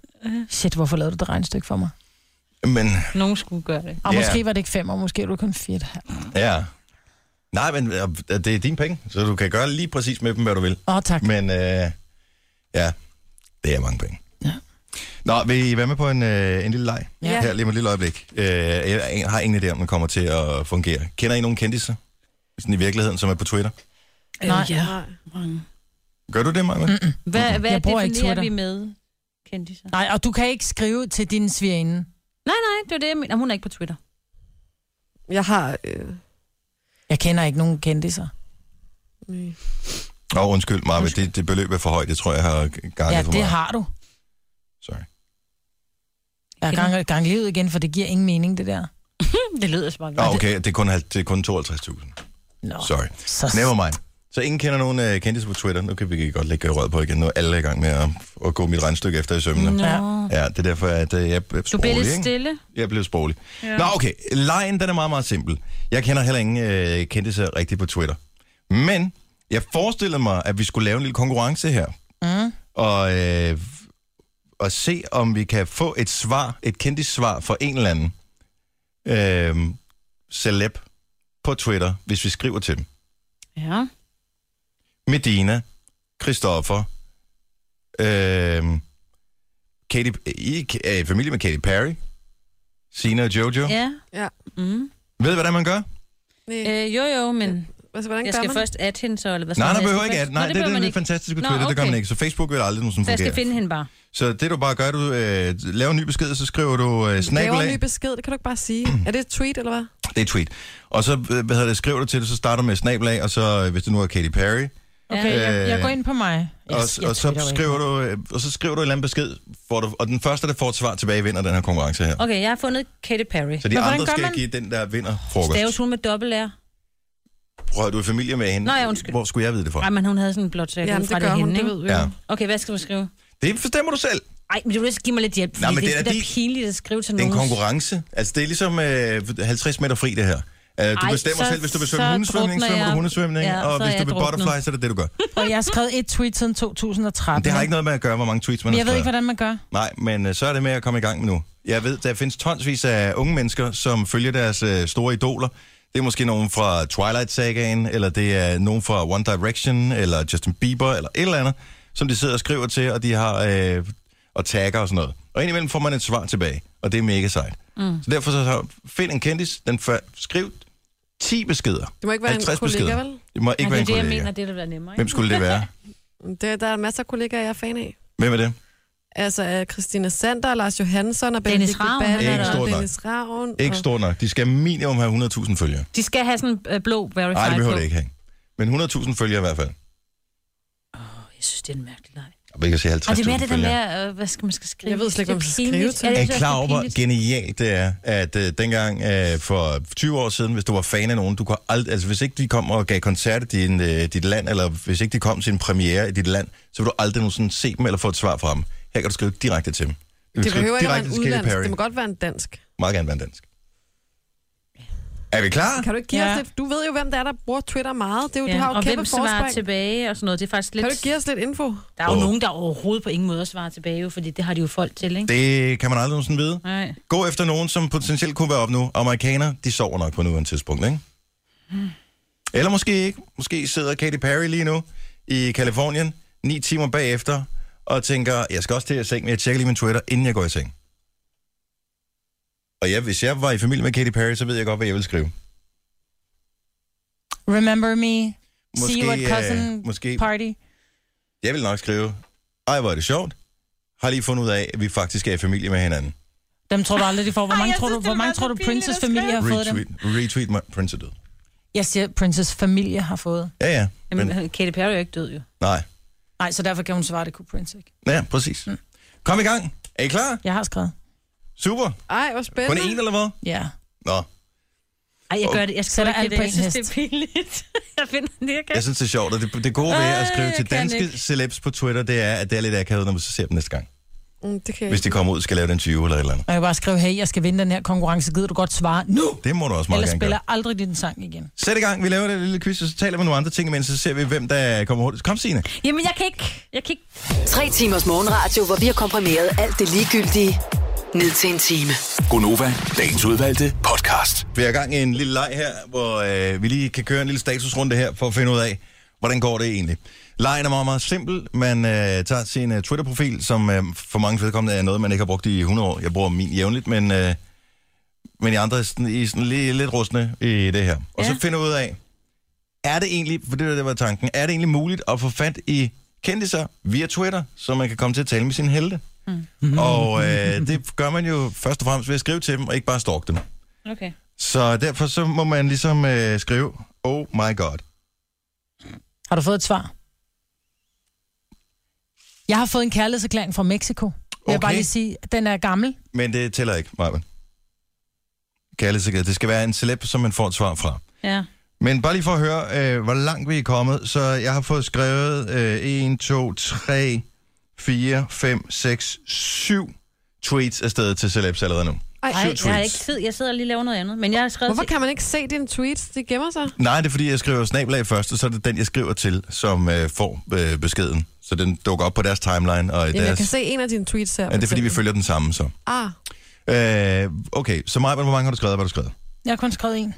Shit, hvorfor lavede du det regnstykke for mig? Men, Nogen skulle gøre det. Og Ja. måske var det ikke fem, og måske var det kun fire. ja. Nej, men øh, det er dine penge, så du kan gøre lige præcis med dem, hvad du vil. Åh, tak. Men øh, ja, det er mange penge. Ja. Nå, vil I være med på en, øh, en lille leg? Ja. Her lige om et lille øjeblik. Øh, jeg har ingen idé om, den kommer til at fungere. Kender I nogen kendtiser? Sådan i virkeligheden, som er på Twitter? Nej. Øh, Ja. Gør du det, Maja? Mm-mm. Hvad, hvad Jeg bruger ikke definerer Twitter. vi med kendiser? Nej, og du kan ikke skrive til din svigerinde. Nej, nej, det var det, jeg mener. Hun er ikke på Twitter. Jeg har... Øh... Jeg kender ikke nogen kendiser. Åh, undskyld, Maja, det, det beløb er for højt. Det tror jeg jeg har ganget Ja, for det meget. har du. Sorry. Jeg har gang, gang livet igen, for det giver ingen mening, det der. det lyder altså som Nå, okay, det er kun, halv- det er kun 52.000. Nå. Sorry. Så... Never mind. Så ingen kender nogen øh, kendtiser på Twitter. Nu kan vi godt lægge rød på igen. Nu er alle i gang med at, at gå mit regnstykke efter i sømmene. Nå. Ja, det er derfor, at øh, jeg er Du bliver sproglig, lidt ikke? stille. Jeg blev sproglig. Ja. Ja. Nå, okay. Lejen, den er meget, meget simpel. Jeg kender heller ingen øh, kendte sig rigtigt på Twitter. Men Jeg forestillede mig, at vi skulle lave en lille konkurrence her, Mm. og, øh, og se, om vi kan få et svar, et kendt svar fra en eller anden øh, celeb på Twitter, hvis vi skriver til dem. Ja. Medina, Christoffer, øh, Katy, I er i familie med Katy Perry, Sina og Jojo. Ja. ja. Mm. Ved I, hvordan man gør? Øh, jo, jo, men... Altså, hvordan jeg gør skal man først at hende så, eller hvad Nej, skal der man? behøver Jeg ikke skal at. først- Nej, Nå, det, det er det behøver med man ikke. fantastiske Nå, Twitter, det gør okay. man ikke. Så Facebook ved aldrig, hvordan Så jeg fungerer. skal finde hende bare. Så det du bare gør, du øh, laver en ny besked, så skriver du øh, Laver en ny snabelag. besked, det kan du ikke bare sige. er det et tweet, eller hvad? Det er tweet. Og så øh, hvad hedder det, skriver du til det, så starter du med snabelag, og så øh, hvis det nu er Katy Perry. Okay, jeg, jeg går ind på mig. Øh, Og, og, og, så skriver du, øh, og så skriver du et eller andet besked, får du, og den første, der får et svar tilbage, vinder den her konkurrence her. Okay, jeg har fundet Katy Perry. Så de andre skal give den, der vinder frokost. Staves hun med dobbelt R? Prøv, du er i familie med hende. Nå, ja, undskyld. Hvor skulle jeg vide det fra? Nej, men hun havde sådan en blot tag. Jamen, fra det det gør er hun, hende, det ikke? ved vi jo. Ja. Okay, hvad skal du skrive? Det bestemmer du selv. Nej, men du vil ikke give mig lidt hjælp, fordi Nej, Nej, men det, det er er det, der din- pinligt at skrive til Det er nogen. en konkurrence. Altså, det er ligesom øh, 50 meter fri, det her. Uh, du Ej, bestemmer så- selv, hvis du vil så svømme hundesvømning, drukner svømmer du jeg. hundesvømning, Ja, ja, og så hvis er du jeg vil druknet. butterfly, så er det det, du gør. [laughs] Og jeg har skrevet et tweet siden 2013. Det har ikke noget med at gøre, hvor mange tweets man Men har jeg ved skrevet. ikke, hvordan man gør. Nej, men øh, så er det med at komme i gang nu. Jeg ved, der findes tonsvis af unge mennesker, som følger deres øh, store idoler. Det er måske nogen fra Twilight Sagaen, eller det er nogen fra One Direction, eller Justin Bieber, eller et eller andet, som de sidder og skriver til, og de har øh, og tagger og sådan noget. Og indimellem får man et svar tilbage, og det er mega sejt. Mm. Så derfor så, så find en kendis, den før, skriv 10 beskeder. Det må ikke være en 50 kollega, beskeder. vel? Det må ikke Nej, være en det er det, jeg kollega. mener, det der være nemmere. Hvem skulle det være? Det, der er masser af kollegaer, jeg er fan af. Hvem er det? Altså øh, Christina Sander, Lars Johansson og Dennis Benedikt Ravn, Balle han er Ikke der. og stort nok. Dennis Ravn. Ikke og- stort nok. De skal minimum have 100.000 følgere. De skal have sådan en øh, blå verified Nej, det behøver på. det ikke have. Men 100.000 følgere i hvert fald. Jeg synes, det er en mærkelig leg. Og vi kan sige Og det er 50.000 mere det der følgere. med, øh, hvad skal man skal skrive? Jeg ved slet ikke, hvad man skal skrive til. Er I klar over, hvor genialt det er, at øh, dengang øh, for 20 år siden, hvis du var fan af nogen, du kunne ald- altså hvis ikke de kom og gav koncert i din, øh, dit land, eller hvis ikke de kom til en premiere i dit land, så ville du aldrig nogensinde se dem eller få et svar fra dem. Her kan du skrive direkte til dem. Du kan Det skrive behøver ikke at være en direkte til Katy udlandsk. Perry. Det må godt være en dansk. Meget gerne være en dansk. Er vi klar? Kan du ikke give Ja. ja. os lidt? Du ved jo, hvem det er, der bruger Twitter meget. Det er jo, ja. Du har jo og kæmpe hvem svarer forspring. tilbage og sådan noget. Det er faktisk lidt... Kan du ikke give os lidt info? Der er jo Åh. nogen, der overhovedet på ingen måde svarer tilbage, jo, fordi det har de jo folk til, ikke? Det kan man aldrig nogensinde vide. Nej. Gå efter nogen, som potentielt kunne være op nu. Amerikanere, de sover nok på nuværende tidspunkt, ikke? Hmm. Eller måske ikke. Måske sidder Katy Perry lige nu i Kalifornien, ni timer bagefter, og tænker, jeg skal også til at seng, men jeg tjekker lige min Twitter, inden jeg går i seng. Og ja, hvis jeg var i familie med Katy Perry, så ved jeg godt, hvad jeg vil skrive. Remember me. Måske, See you at øh, cousin måske- party. Jeg vil nok skrive, ej, hvor er det sjovt. Har lige fundet ud af, at vi faktisk er i familie med hinanden. Dem tror du aldrig, de får. Hvor mange tror du, hvor mange tror du Princess familie har fået dem? Retweet, retweet mig, Prince er død. Jeg siger, Princess familie har fået. Ja, ja. Jamen, øh, Men, Katy Perry er jo ikke død, jo. nej. Nej, så derfor kan hun svare, det kunne Prince ikke. Ja, præcis. Kom i gang. Er I klar? Mm. Jeg har skrevet. Super. Ej, hvor Kun spændende. en eller hvad? Ja. Nå, Ej, jeg gør det. Jeg skal Sætter ikke alt det. på Jeg en synes, det hest. er pinligt. [laughs] jeg finder det, jeg kan. jeg synes, det er sjovt. Og det, det gode ved at skrive Øh, Ej, til jeg kan danske ikke. celebs på Twitter, det er, at det er lidt akavet, når man så ser dem næste gang. Mm, det kan jeg Hvis de ikke. kommer ud og skal lave den 20 eller et eller andet. Og jeg kan bare skrive, hey, jeg skal vinde den her konkurrence, gider du godt svare nu? Det må du også meget Ellers gerne spiller gøre. jeg aldrig din sang igen. Sæt i gang, vi laver det lille quiz, og så taler vi om nogle andre ting, men så ser vi, hvem der kommer hurtigt. Kom, Signe. Jamen, jeg kan ikke. Jeg kan ikke. Tre timers morgenradio, hvor vi har komprimeret alt det ligegyldige ned til en time. Gonova, dagens udvalgte podcast. Vi er i gang i en lille leg her, hvor øh, vi lige kan køre en lille statusrunde her, for at finde ud af, hvordan går det egentlig. Lejen er meget, meget simpel. Man øh, tager sin øh, Twitter-profil, som øh, for mange vedkommende er noget, man ikke har brugt i 100 år. Jeg bruger min jævnligt, men, øh, men de andre er sådan, I er sådan lige, lidt rustne i det her. Og så finder vi ud af, er det egentlig, for det, var- det var tanken, er det egentlig muligt at få fat i kendtiser via Twitter, så man kan komme til at tale med sin helte? Mhm. Mm. Og øh, det gør man jo først og fremmest ved at skrive til dem, og ikke bare stalke dem. Okay. Så derfor så må man ligesom øh, skrive, oh my god. Har du fået et svar? Jeg har fået en kærlighedserklæring fra Mexico. Vil okay. jeg Okay. bare lige sige, den er gammel. Men det tæller ikke, Marvin. Kærlighedssikkerhed. Det skal være en celeb, som man får et svar fra. Ja. Men bare lige for at høre, øh, hvor langt vi er kommet. Så jeg har fået skrevet øh, 1, 2, 3, 4, 5, 6, 7 tweets afsted til celebs allerede nu. Ej, jeg har ikke tid. Jeg sidder og lige og laver noget andet. Men jeg har skrevet Hvorfor kan man ikke se dine tweets? Det gemmer sig. Nej, det er fordi, jeg skriver snablag først, og så er det den, jeg skriver til, som øh, får øh, beskeden. Så den dukker op på deres timeline. Og i Jamen, jeg deres... kan se en af dine tweets her. Ja, det er fordi, vi for følger den samme, så. eksempel. Ah, Øh, okay, så Maja, hvor mange har du skrevet, og hvad har du skrevet? Jeg har kun skrevet en.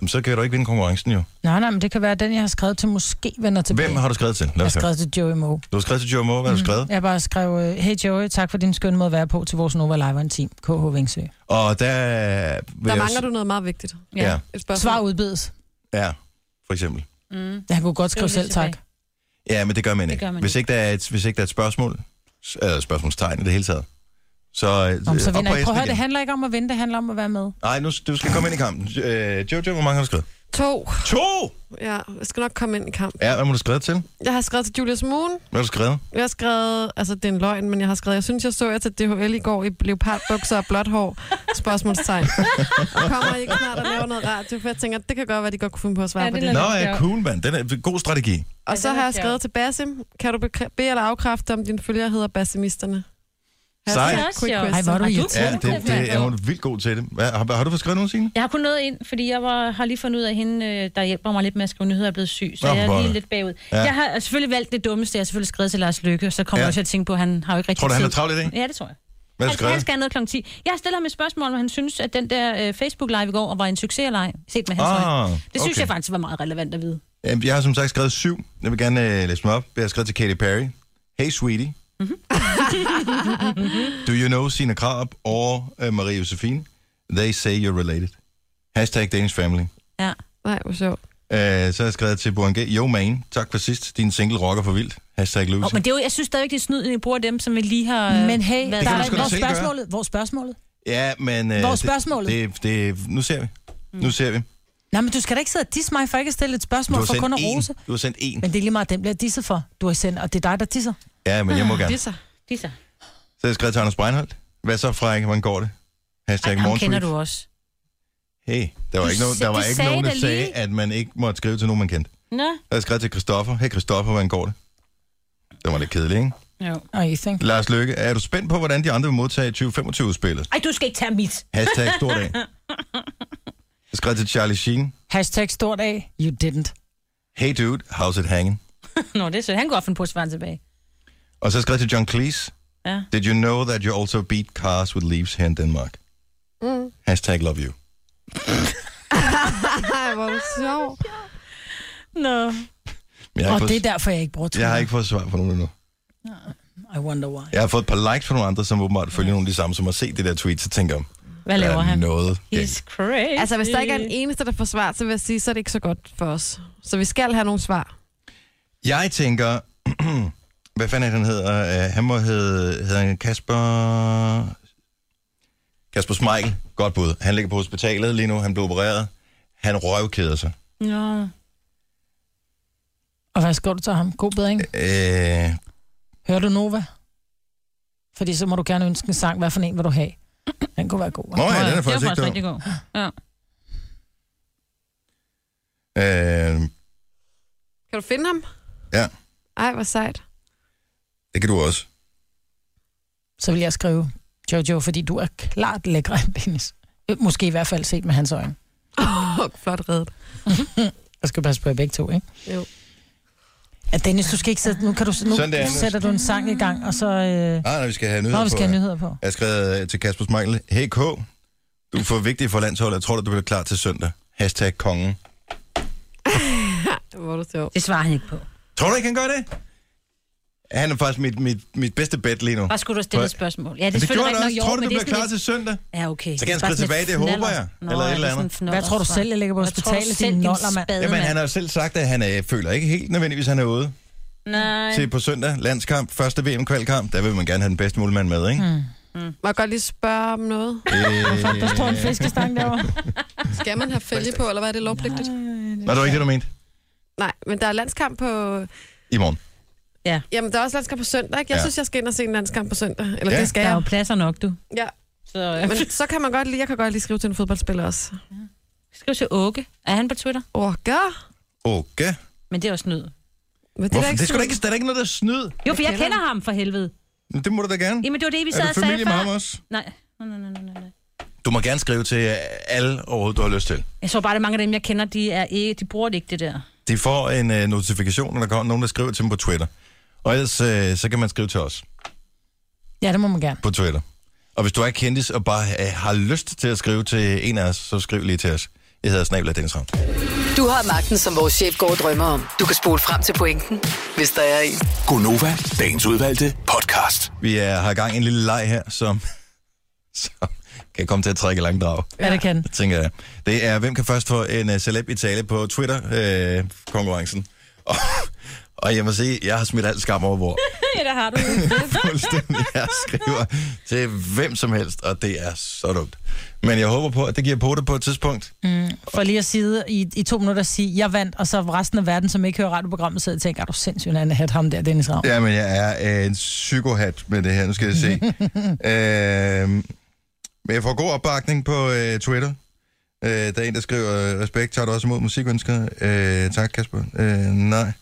Jamen, så kan du ikke vinde konkurrencen, jo. Nej, nej, men det kan være den, jeg har skrevet til måske vender tilbage. Hvem har du skrevet til? Lad Jeg har os høre. skrevet til Mhm. Joey Moe. Du har skrevet til Joe Moe, hvad har du skrevet? Jeg har bare skrevet, øh, hey Joey, tak for din skønne måde at være på til vores Nova Live Team, KH Vingsø. Og der... der mangler du noget meget vigtigt. Ja. Et spørgsmål. Svar udbedes. Ja, for eksempel. Mm. Jeg kunne godt skrive selv tak. Ja, men det gør man Det ikke. gør man hvis, ikke der er et, hvis ikke der er et spørgsmål, s- eller spørgsmålstegn i det hele taget, så, øh, Om, så op på vinder jeg. hesten Prøv at høre, det igen. handler ikke om at vinde, det handler om at være med. Nej, nu, du skal komme ind i kampen. Øh, Jojo, hvor mange har du skrevet? To. To? Ja, jeg skal nok komme ind i kamp. Ja, hvad må du skrevet til? Jeg har skrevet til Julius Moon. Hvad har du skrevet? Jeg har skrevet, altså det er en løgn, men jeg har skrevet, jeg synes, jeg så jer til DHL i går i leopardbukser og blåt hår. Spørgsmålstegn. og kommer I ikke snart og laver noget radio, for jeg tænker, det kan godt være, de godt kunne finde på at svare ja, på det. Nå, ja, cool, mand. Den er god strategi. Og så den er har jeg sjov. skrevet til Basim, kan du bekræ- bede eller afkræfte, om dine følgere hedder Basimisterne? Sej. Det er også sjovt. Ej, hvor er du Har Ja, irriterende. det, det er hun er vildt god til det. Hvad, har, har du fået skrevet nogen, Signe? Jeg har kun nået ind, fordi jeg var, har lige fundet ud af, at hende, øh, der hjælper mig lidt med at skrive nyheder, er blevet syg. Så Nå, Nå, jeg hvor er er lige det. lidt bagud. Ja. Ja. Jeg har selvfølgelig valgt det dummeste. Jeg har selvfølgelig skrevet til Lars Lykke, så kommer Ja. ja. jeg også til at tænke på, at han har jo ikke rigtig Tror du, han tid. er travl i dag? Ja, det tror jeg. Hvad har du Han, han skrevet? skal have noget kl. 10. Jeg stiller ham et spørgsmål, om han synes, at den der øh, Facebook-live i går var en succes eller ej, set med hans Ah, øjne. Det synes okay. jeg faktisk var meget relevant at vide. Øhm, Jeg har som sagt skrevet syv. Jeg vil gerne øh, læse dem op. Jeg har skrevet til Katy Perry. Hey, sweetie. Do you know Sina Krab or uh, Marie Josefine? They say you're related. Hashtag Danish Family. Ja. Nej, hvor sjovt. Uh, så har jeg skrevet til Burhan G. Yo, man. Tak for sidst. Din single rocker for vildt. Hashtag Louise. Oh, men det er jo, jeg synes stadigvæk, det er snyd, at I bruger dem, som vi lige har... øh, Men hey, der været- kan du er, sgu da hvor selv spørgsmålet? Hvor spørgsmålet? Ja, men... øh, Hvor er det- spørgsmålet? Mm. Det, det, nu ser vi. Nu ser vi. Nej, men du skal da ikke sidde og disse mig, for ikke at stille et Du spørgsmål har for kun sendt at en. rose. Du har sendt en. Men det er lige meget, den bliver disset for. Du har sendt, og det er dig, der disser. Ja, men Ah, jeg må gerne. Disser. Disser. Så har jeg skrevet til Anders Breinholt. Hvad så, Frank? Hvordan går det? Hashtag Ham kender morgentweet. du også. [laughs] Hey, der var Du ikke nogen, sa- der, var de ikke sagde nogen, der da sagde, lige- at man ikke måtte skrive til nogen, man kendte. Nå? Jeg skrev til Christoffer. Hey Christoffer, hvordan går det? Det var lidt kedeligt, ikke? Jo. Og I think. Lars Løkke, er du spændt på, hvordan de andre vil modtage 2025-spillet? Ej, du skal ikke tage mit. Hashtag stor dag. Jeg skrev til Charlie Sheen. [laughs] Hashtag stort [laughs] af. You didn't. Hey dude, how's it hanging? Nå, det er sødt. Han kunne godt finde på at svare tilbage. Og så skrev jeg til John Cleese. Ja. Did you know that you also beat cars with leaves here in Denmark? Mm. Hashtag love you. Ej, hvor er du sjov. Nå. Men Jeg har, Og ikke det er fået, derfor, jeg ikke bruger jeg Twitter. har ikke fået svar fra nogen endnu. I wonder why. Jeg har fået et par likes fra nogle andre, som åbenbart følger nogle af de samme, som har set det der tweet, så tænker jeg, Hvad der laver er han? noget galt. He's crazy. Altså, hvis der ikke er en eneste, der får svar, så vil jeg sige, så er det ikke så godt for os. Så vi skal have nogle svar. Jeg tænker, [clears throat] hvad fanden er det, han hedder? Uh, han må hedde, hedder han Kasper... Kasper Smeichel. Godt bud. Han ligger på hospitalet lige nu. Han blev opereret. Han røvkeder sig. Nå. Og hvad skrev du til ham? God bedring. Øh, Hører du Nova? Fordi så må du gerne ønske en sang. Hvad for en vil du have? Den kunne være god. Nå ja, den er det var faktisk ikke faktisk rigtig god. Ja. dum. Øh, Kan du finde ham? Ja. Ej, hvor sejt. det kan du også. Så vil jeg skrive, Jojo, fordi du er klart lækre end penis. Øh, Måske i hvert fald set med hans øjne. Oh, flot [laughs] reddet. Jeg skal passe på jer begge to, ikke? Jo. Ja, Dennis, du skal ikke sætte... Nu, kan du, nu Sådan der, Anders. sætter du en sang i gang, og så... Øh, Ah, Nej, nej, vi skal have nyheder Nå, vi skal på. have nyheder på. Jeg har skrevet øh, til Kasper Smeichel. Hey K, du er for vigtig for landsholdet. Jeg tror, at du bliver klar til søndag. Hashtag kongen. Hvor er du sjov. Det svarer han ikke på. Tror du ikke, han gør det? Han er faktisk mit, mit, mit bedste bet lige nu. Bare skulle du have stillet et spørgsmål. Ja, det, er Men det selvfølgelig gjorde rigtigt jeg også. nok, jo, Tror du, men du det er bliver klar sådan til søndag? lidt- Ja, okay. Så kan han Det er skrive bare tilbage, sådan det lidt håber jeg. fnaller. Nå, Eller et er det eller sådan andet. fnaller Hvad tror du svar? selv, jeg ligger på Hvad tror du hospitalet, selv, din din nollermand? spade, Jamen, mand? han har jo selv sagt, at han øh, føler ikke helt nødvendigvis, han er ude Nej. til på søndag. Landskamp, første VM-kvalkamp. Der vil man gerne have den bedste målmand med, ikke? Mm. Må jeg godt lige spørge om noget? Øh, Der står en fiskestang derovre. Skal man have fælge på, eller hvad er det lovpligtigt? var det ikke det, du mente? Nej, men der er landskamp på... I morgen. Ja. Jamen, der er også landskamp på søndag, ikke? Jeg Ja. ja. synes, jeg skal ind og se en landskamp på søndag. Eller Ja. ja. det skal Der er jeg. jo pladser nok, du. Ja. Så øh, Men så kan man godt lige, jeg kan godt lige skrive til en fodboldspiller også. skriv til Åke. Er han på Twitter? Åh, gør. Okay. Men det er også nød. Men det er Hvorfor? da Det ikke er sgu da sådan- ikke, der er da ikke noget, der er snyd. Jo, for Jeg jeg kender kender ham for helvede. Det må du da gerne. Jamen, det var det, vi Er sad og du sagde familie med før. ham også? Nej. Nej, nej, nej, nej, nej. Du må gerne skrive til øh, alle overhovedet, du har lyst til. Jeg tror bare, at mange af dem, jeg kender, de, er ikke, de bruger det ikke, det der. De får en øh, notifikation, når der kommer nogen, der skriver til dem på Twitter. Og ellers øh, så kan man skrive til os Ja, det må man gerne. på Twitter. Og hvis du er kendis og bare øh, har lyst til at skrive til en af os, så skriv lige til os. Jeg hedder Snabla Dennis Ravn. Du har magten, som vores chef går og drømmer om. Du kan spole frem til pointen, hvis der er en. Gonova, dagens udvalgte podcast. Vi er, har gang i en lille leg her, som, [laughs] som kan komme til at trække i langdrag. Ja, det kan. Det tænker jeg. Det er, hvem kan først få en uh, celeb i tale på Twitter-konkurrencen. [laughs] og, og jeg må sige, jeg har smidt alt skam over bord. [laughs] ja, der har [laughs] du. [laughs] Fuldstændig. Jeg skriver til hvem som helst, og det er så dumt. Men jeg håber på, at det giver på det på et tidspunkt. Mm, for lige at sidde i, i to minutter og sige, jeg vandt, og så resten af verden, som ikke hører radioprogrammet, sidder og tænker, er du sindssygt, han hat ham der, Dennis Ravn. Ja, men jeg er øh, en psykohat med det her, nu skal jeg se. øh, men jeg får god opbakning på øh, Twitter. Øh, der er en, der skriver, øh, respekt, tager du også imod musikønsker? Øh, tak, Kasper. Øh, nej.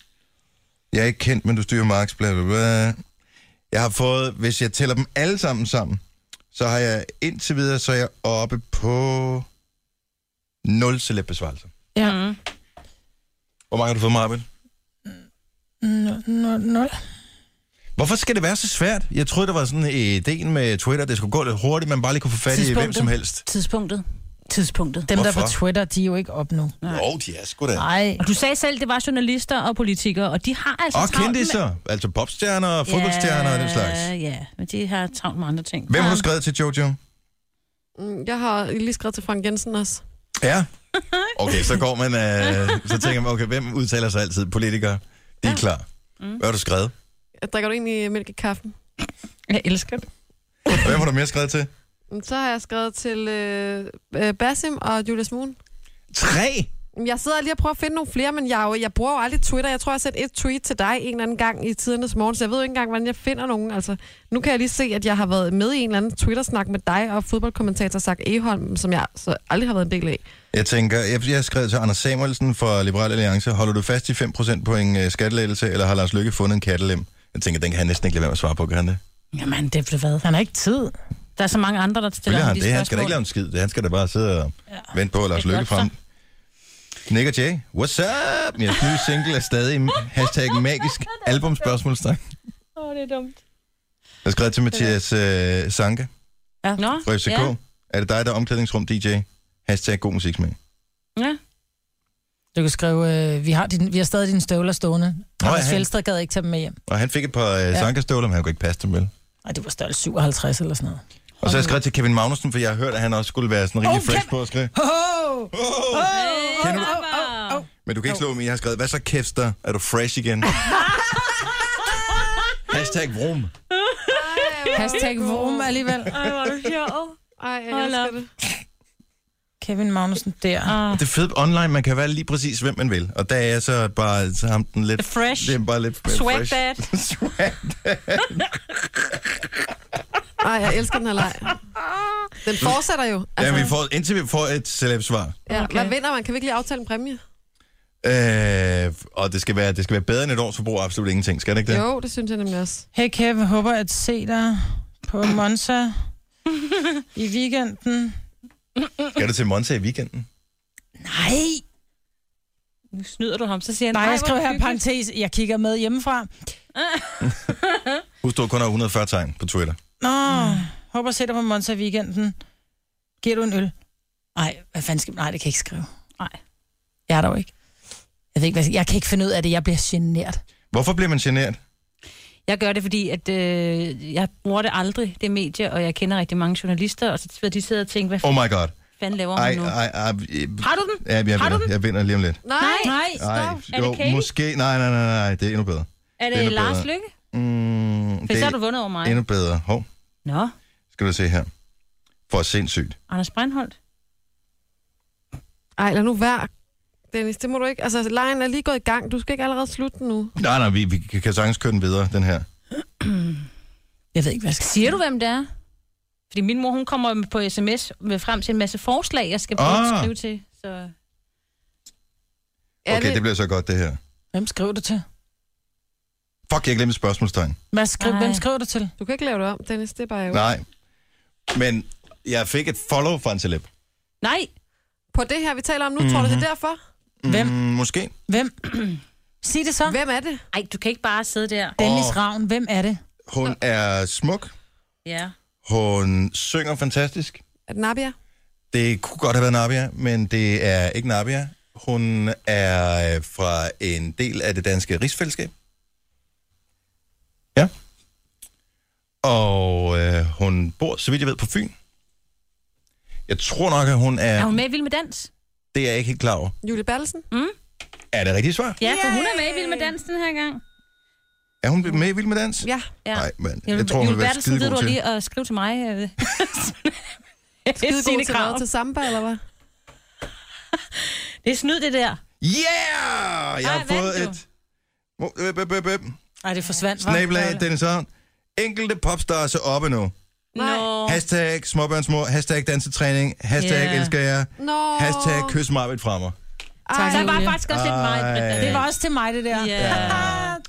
Jeg er ikke kendt, men du styrer Marks, bla, bla, bla. Jeg har fået, hvis jeg tæller dem alle sammen sammen, så har jeg indtil videre, så er jeg oppe på 0 celebesvarelser. Ja. Mm. Hvor mange har du fået, Marvind? Nul. nul- nul. Hvorfor skal det være så svært? Jeg troede, der var sådan øh, ideen med Twitter, at det skulle gå lidt hurtigt, man bare lige kunne få fat i hvem som helst. Tidspunktet. Tidspunktet. Dem, der er Hvorfor? på Twitter, de er jo ikke op nu. Nej. Jo, de er sgu da. Nej. Og du sagde selv, det var journalister og politikere, og de har altså Og travlt kendte så, altså popstjerner og fodboldstjerner og den slags. Ja, ja, men de har travlt med andre ting. Hvem har ja. du skrevet til, Jojo? Mm, Jeg har lige skrevet til Frank Jensen også. Ja. [laughs] Okay, så går man, øh, så tænker man, okay, hvem udtaler sig altid? Politikere. De er klar. Mm. Hvad har du skrevet? Drikker du egentlig mælk i kaffen? Jeg elsker det. Og hvem har du mere skrevet til? Så har jeg skrevet til øh, øh, Basim og Julius Moon. Tre? Jeg sidder lige og prøver at finde nogle flere, men jeg, er jo, jeg bruger jo aldrig Twitter. Jeg tror, jeg har sendt et tweet til dig en eller anden gang i tidernes morgen, så jeg ved jo ikke engang, hvordan jeg finder nogen. Altså, nu kan jeg lige se, at jeg har været med i en eller anden Twitter-snak med dig og fodboldkommentator Zach Eholm, som jeg så aldrig har været en del af. Jeg tænker, jeg, jeg har skrevet til Anders Samuelsen fra Liberal Alliance. Holder du fast i 5% på en øh, skattelettelse, eller har Lars Lykke fundet en kattelem? Jeg tænker, den kan han næsten ikke lade være med at svare på, kan han det? Jamen, det blev hvad? Han har ikke tid. Der er så mange andre, der stiller Selvfølgelig har ham han de det. Han skal da spørgsmål. ikke lave en skid. Han skal da bare sidde og ja. vente på at Lars Det er Lykke godt, så. frem. Nick og Jay, what's up? Jeres nye single er stadig hashtag magisk albumspørgsmålstegn. Åh, oh, det er dumt. Jeg har skrevet til Mathias øh, Sanke Ja. Nå, fra FCK. Ja. Ja. Er det dig, der er omklædningsrum DJ? Hashtag god musiksmag. ja. Du kan skrive, øh, vi, har din, vi har stadig dine støvler stående. ja, Anders han- Fjeldsted gad ikke tage dem med hjem. Og han fik et par øh, ja. Sanke-støvler, men han kunne ikke passe dem vel. Ej, det var størrelse 57 eller sådan noget. Og så har jeg skrevet til Kevin Magnussen, for jeg har hørt, at han også skulle være sådan rimelig Oh, oh, fresh Kevin- på at skrive. Ho, ho! Ho, ho! Kender du- Men du kan ikke slå mig, jeg har skrevet, hvad så kæfter? Er du fresh igen? Hashtag vrum. Hashtag vorm alligevel. Ej, hvor er du sjov. Ej, jeg Hold elsker op. det. Kevin Magnussen der. Og Det er fedt online, man kan være lige præcis, hvem man vil. Og der er jeg så bare så ham den lidt... Fresh. Det er bare lidt mere Swag fresh. that. Swag Ej, jeg elsker den her leg. Den fortsætter jo. Altså, Ja, Altså- vi får, indtil vi får et celeb-svar. Ja, okay. Hvad vinder man? Kan vi ikke lige aftale en præmie? Øh, og det skal, være, det skal være bedre end et års forbrug af absolut ingenting, skal det ikke det? Jo, det synes jeg nemlig også. Hey Kev, håber at se dig på Monza i weekenden. Skal du til Monza i weekenden? Nej, Nu snyder du ham, så siger han... nej, "Ej, jeg hvor skriver her hyggeligt." parentes, jeg kigger med hjemmefra. Husk, du kun har 140 tegn på Twitter. Nå, mm. håber at se dig på Monza i weekenden. Giver du en øl? Nej, hvad fanden skal Nej, det kan jeg ikke skrive. Nej. Jeg er der jo ikke. Jeg, ved ikke, hvad jeg, jeg kan ikke finde ud af det. Jeg bliver generet. Hvorfor bliver man generet? Jeg gør det, fordi at, øh, jeg bruger det aldrig, det medie, og jeg kender rigtig mange journalister, og så sidder de sidder og tænker, hvad Oh my god. fanden laver Ej, hun nu? ej, ej. Har du den? Ja, jeg, Har du vinder, den? jeg vinder lige om lidt. Nej, Nej, Ej, stop. er det Katie? jo, måske. Nej, nej, nej, nej, det er endnu bedre. Er Det er det endnu Lars bedre. Lykke? Mm, For så har du vundet over mig. Endnu bedre. Hov, Nå, skal du se her. For sindssygt. Anders Breinholt. Ej, lad nu være. Dennis, det må du ikke. Altså, lejen er lige gået i gang. Du skal ikke allerede slutte den nu. Nej, nej, vi, vi kan sagtens køre den videre, den her. Jeg ved ikke, hvad jeg skal Siger du, hvem det er? Fordi min mor, hun kommer jo på sms med frem til en masse forslag, jeg skal prøve Ah. at skrive til. Så... Er Okay, det- det bliver så godt, det her. Hvem skriver du til? Fuck, jeg glemte spørgsmålstegn. Hvad skriver, Ej. hvem skriver du til? Du kan ikke lave det om, Dennis. Det er bare jo. Nej. Men Jeg fik et follow fra en celeb. Nej. På det her, vi taler om nu, tror du, det Mhm. er derfor? Hvem? Mm, måske. Hvem? Sig det så. Hvem er det? Nej, du kan ikke bare sidde der. Dennis Åh. Ravn, hvem er det? Hun er smuk. Ja. Hun synger fantastisk. Er det Nabia? Det kunne godt have været Nabia, men det er ikke Nabia. Hun er øh, fra en del af det danske rigsfællesskab. Ja. Og øh, hun bor, så vidt jeg ved, på Fyn. Jeg tror nok, at hun er... Er hun med i Vild med Dans? Det er jeg ikke helt klar over. Julie Bertelsen? Mm. Er det rigtigt svar? Ja, for hun er med i Vild med Dans den her gang. Er hun med i Vild Med Dans? Ja. ja. Nej, men Jule- jeg tror, hun Jule vil være Bertelsen, ved skidegod du til. lige at skrive til mig. [laughs] øh, [laughs] Skide Signe god til Krav. noget til samba, eller hvad? Det er snyd, det der. Yeah! Jeg har Ej, fået vandt et... Mo- øh, øp, øp, øp, øp. Nej, det forsvandt. hva'? Snablag, Dennis Havn. Enkelte popstars er oppe nu. Nå. Hashtag småbørnsmor, hashtag dansetræning, hashtag Ja. yeah. elsker jer, Nå. hashtag kys mig fra mig. Tak, der var Julie. faktisk også lidt mig, Britta. Det var også til mig, det der. [laughs] Ja.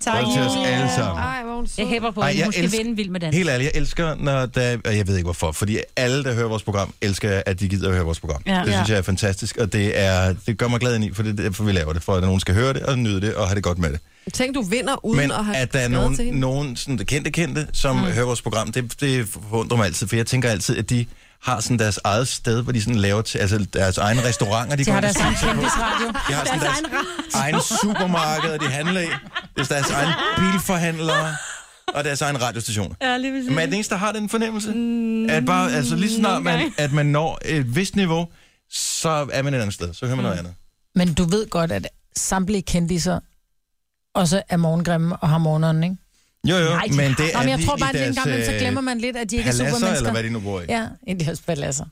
tak, Godt til os alle sammen. Ej, hvor hun Jeg hæber på, at Ej, jeg hun skal elsker- vinde Vild med Dans. Helt ærligt, jeg elsker, når der, og jeg ved ikke hvorfor, fordi alle, der hører vores program, elsker, at de gider at høre vores program. Ja. Ja. Det synes Ja. jeg er fantastisk, og det, er, det gør mig glad ind i, for det er derfor, vi laver det, for at nogen skal høre det og nyde det og have det godt med det. Tænk, du vinder uden Men at have at der er skrevet til nogen, hende. nogen sådan, kendte kendte, som Mm. mm. hører vores program, det, det forundrer mig altid, for jeg tænker altid, at de har sådan deres eget sted, hvor de sådan laver til, altså deres egne restauranter, de, De har kommer deres til egen at spise på. kendisradio. De har sådan Deres deres, egen radio. egen supermarked, og de handler i. Det er deres egen bilforhandlere og deres egen radiostation. Ja, lige Mm. Men er den eneste, der har den fornemmelse? At bare, altså lige så snart nogle man, gange. at man når et vist niveau, så er man et andet sted. Så hører man Mm. noget andet. Men du ved godt, at samtlige kendiser også er morgengrimme og har morgenånden, ikke? Jo, jo, Nej, de men har- det er Nå, men jeg de tror i bare, at en deres, gang imellem, så øh, glemmer man lidt, at de ikke er paladser, supermennesker. eller hvad de nu bor i. Ja, i deres paladser.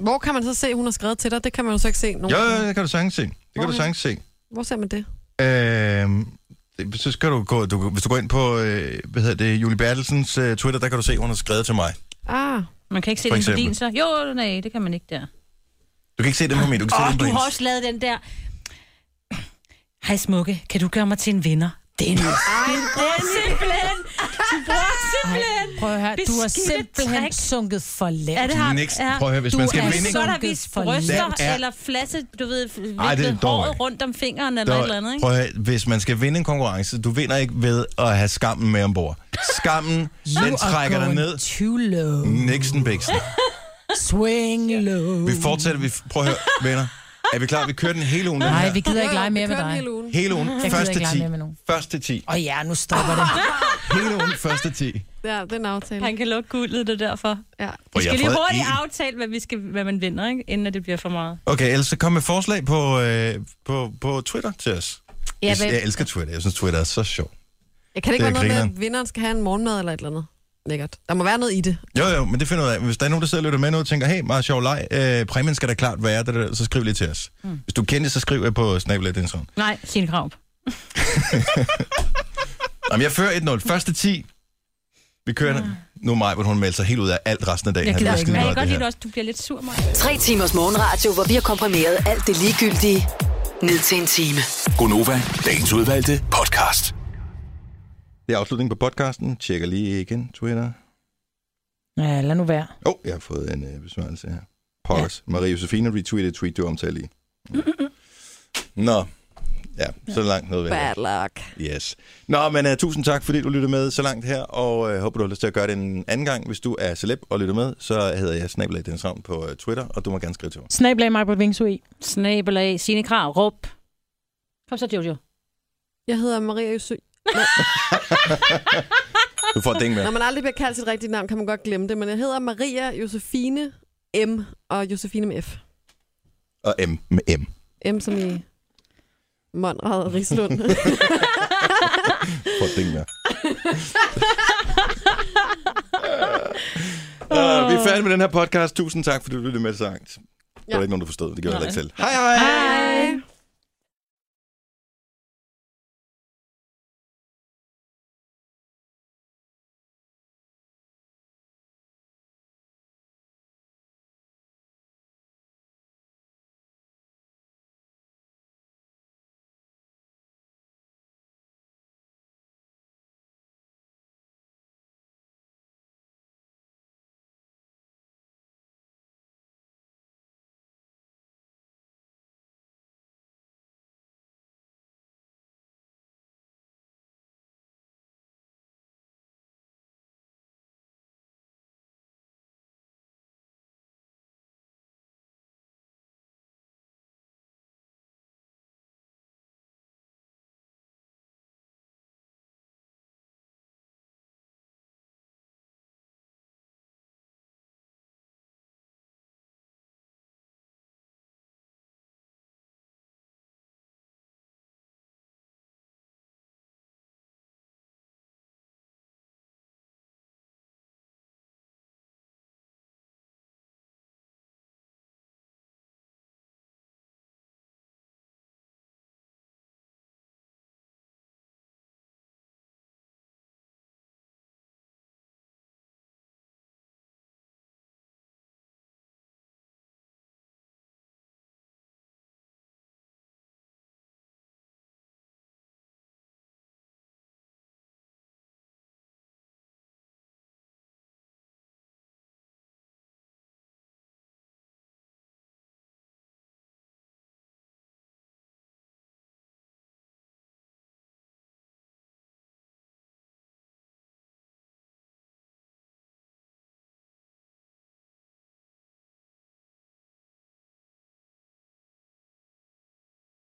Hvor kan man så se, at hun har skrevet til dig? Det kan man jo så ikke se nogen. Jo, jo, det kan du sagtens se. Det kan du Hvorhen? sagtens se. Hvor ser man det? Øhm, det- så skal du gå, du, hvis du går ind på, øh, hvad hedder det, Julie Bertelsens øh, Twitter, der kan du se, hun har skrevet til mig. Ah. Man kan ikke se For den på eksempel. din, så. Jo, nej, det kan man ikke der. Du kan ikke se det på min, du kan se Åh, det på du hendes. har også lavet den der... Hej smukke, kan du gøre mig til en vinder? Dennis. Ej, simpelthen. Du bruger simpelthen. Prøv at høre, du har beskidte simpelthen trick. sunket for lavt. Ja, det har, Niks. ja. Prøv at høre, hvis man skal er vinde, Du ikke? kan godt have vist sunket for bryster lavt. Den er- eller flasse, du ved, Ej, det er viklet dårligt. håret rundt om fingeren eller et eller andet, ikke? Prøv at, høre, hvis man skal vinde en konkurrence, du vinder ikke ved at have skammen med ombord. Skammen, You den are trækker dig going ned. Too low. Nixon Bixen. Swing low. Vi fortsætter, vi prøv at høre, venner. Er vi klar? Vi kører den hele ugen. den Nej, her. vi gider ikke lege mere med kører den dig. hele ugen. Hele ugen, Jeg gider første ikke lege 10. mere med nogen. Første 10. Åh ja, nu stopper det. Hele ugen, første 10. Ja, det er en aftale. Han kan lukke guldet, det er derfor. Ja. Vi jeg har skal lige fået hurtigt en. aftale, hvad, vi skal, hvad man vinder, ikke? inden at det bliver for meget. Okay, Else, kom med forslag på, øh, på, på Twitter til os. Ja, Jeg, hvad- jeg elsker Twitter. Jeg synes, Twitter er så sjovt. Jeg kan det ikke Det være er noget med, grineren. at vinderen skal have en morgenmad eller et eller andet. Lækkert. Der må være noget i det. Jo, jo, men det finder jeg ud af. Hvis der er nogen, der sidder og lytter med nu og tænker, hey, meget sjov leg, øh, præmien skal da klart være, det der, så skriv lige til os. Mm. Hvis du kender det, så skriv jeg på Snapchat den sådan. Nej, Signe Krav. Jamen, jeg fører 1-0. Første 10. Vi kører Ah. mm. nu mig, hvor hun melder sig helt ud af alt resten af dagen. Han er skide Jeg godt, kan godt det lide, her. at også, du bliver lidt sur, mig. Tre timers morgenradio, hvor vi har komprimeret alt det ligegyldige ned til en time. Gonova, dagens udvalgte podcast. Det er afslutningen på podcasten. Tjekker lige igen Twitter. Ja, lad nu være. Åh, oh, jeg har fået en øh, besvarelse her. Pokkers. Ja. Marie Josefine retweetede et tweet, du omtalte lige. Nå, ja, så langt noget ved. Bad luck. Yes. Nå, men uh, tusind tak, fordi du lyttede med så langt her, og uh, håber, du har lyst til at gøre det en anden gang. Hvis du er celeb og lytter med, så hedder jeg Snabelag Dennis Ravn på uh, Twitter, og du må gerne skrive til mig. Snablag mig på et vingsu i. Snabelag, Signe Krav, råb. Kom så, Jojo. Jeg hedder Maria Jøsø. Du får et ding med. Når man aldrig bliver kaldt sit rigtige navn, kan man godt glemme det. Men jeg hedder Maria Josefine M. og Josefine med F. Og M med M. M som i Monrad Rislund. [laughs] Får et ding med. uh, vi er færdige med den her podcast. Tusind tak, fordi du lyttede med så langt. Det var Ja. ikke nogen, der forstod. Det gjorde jeg heller ikke selv. Hej.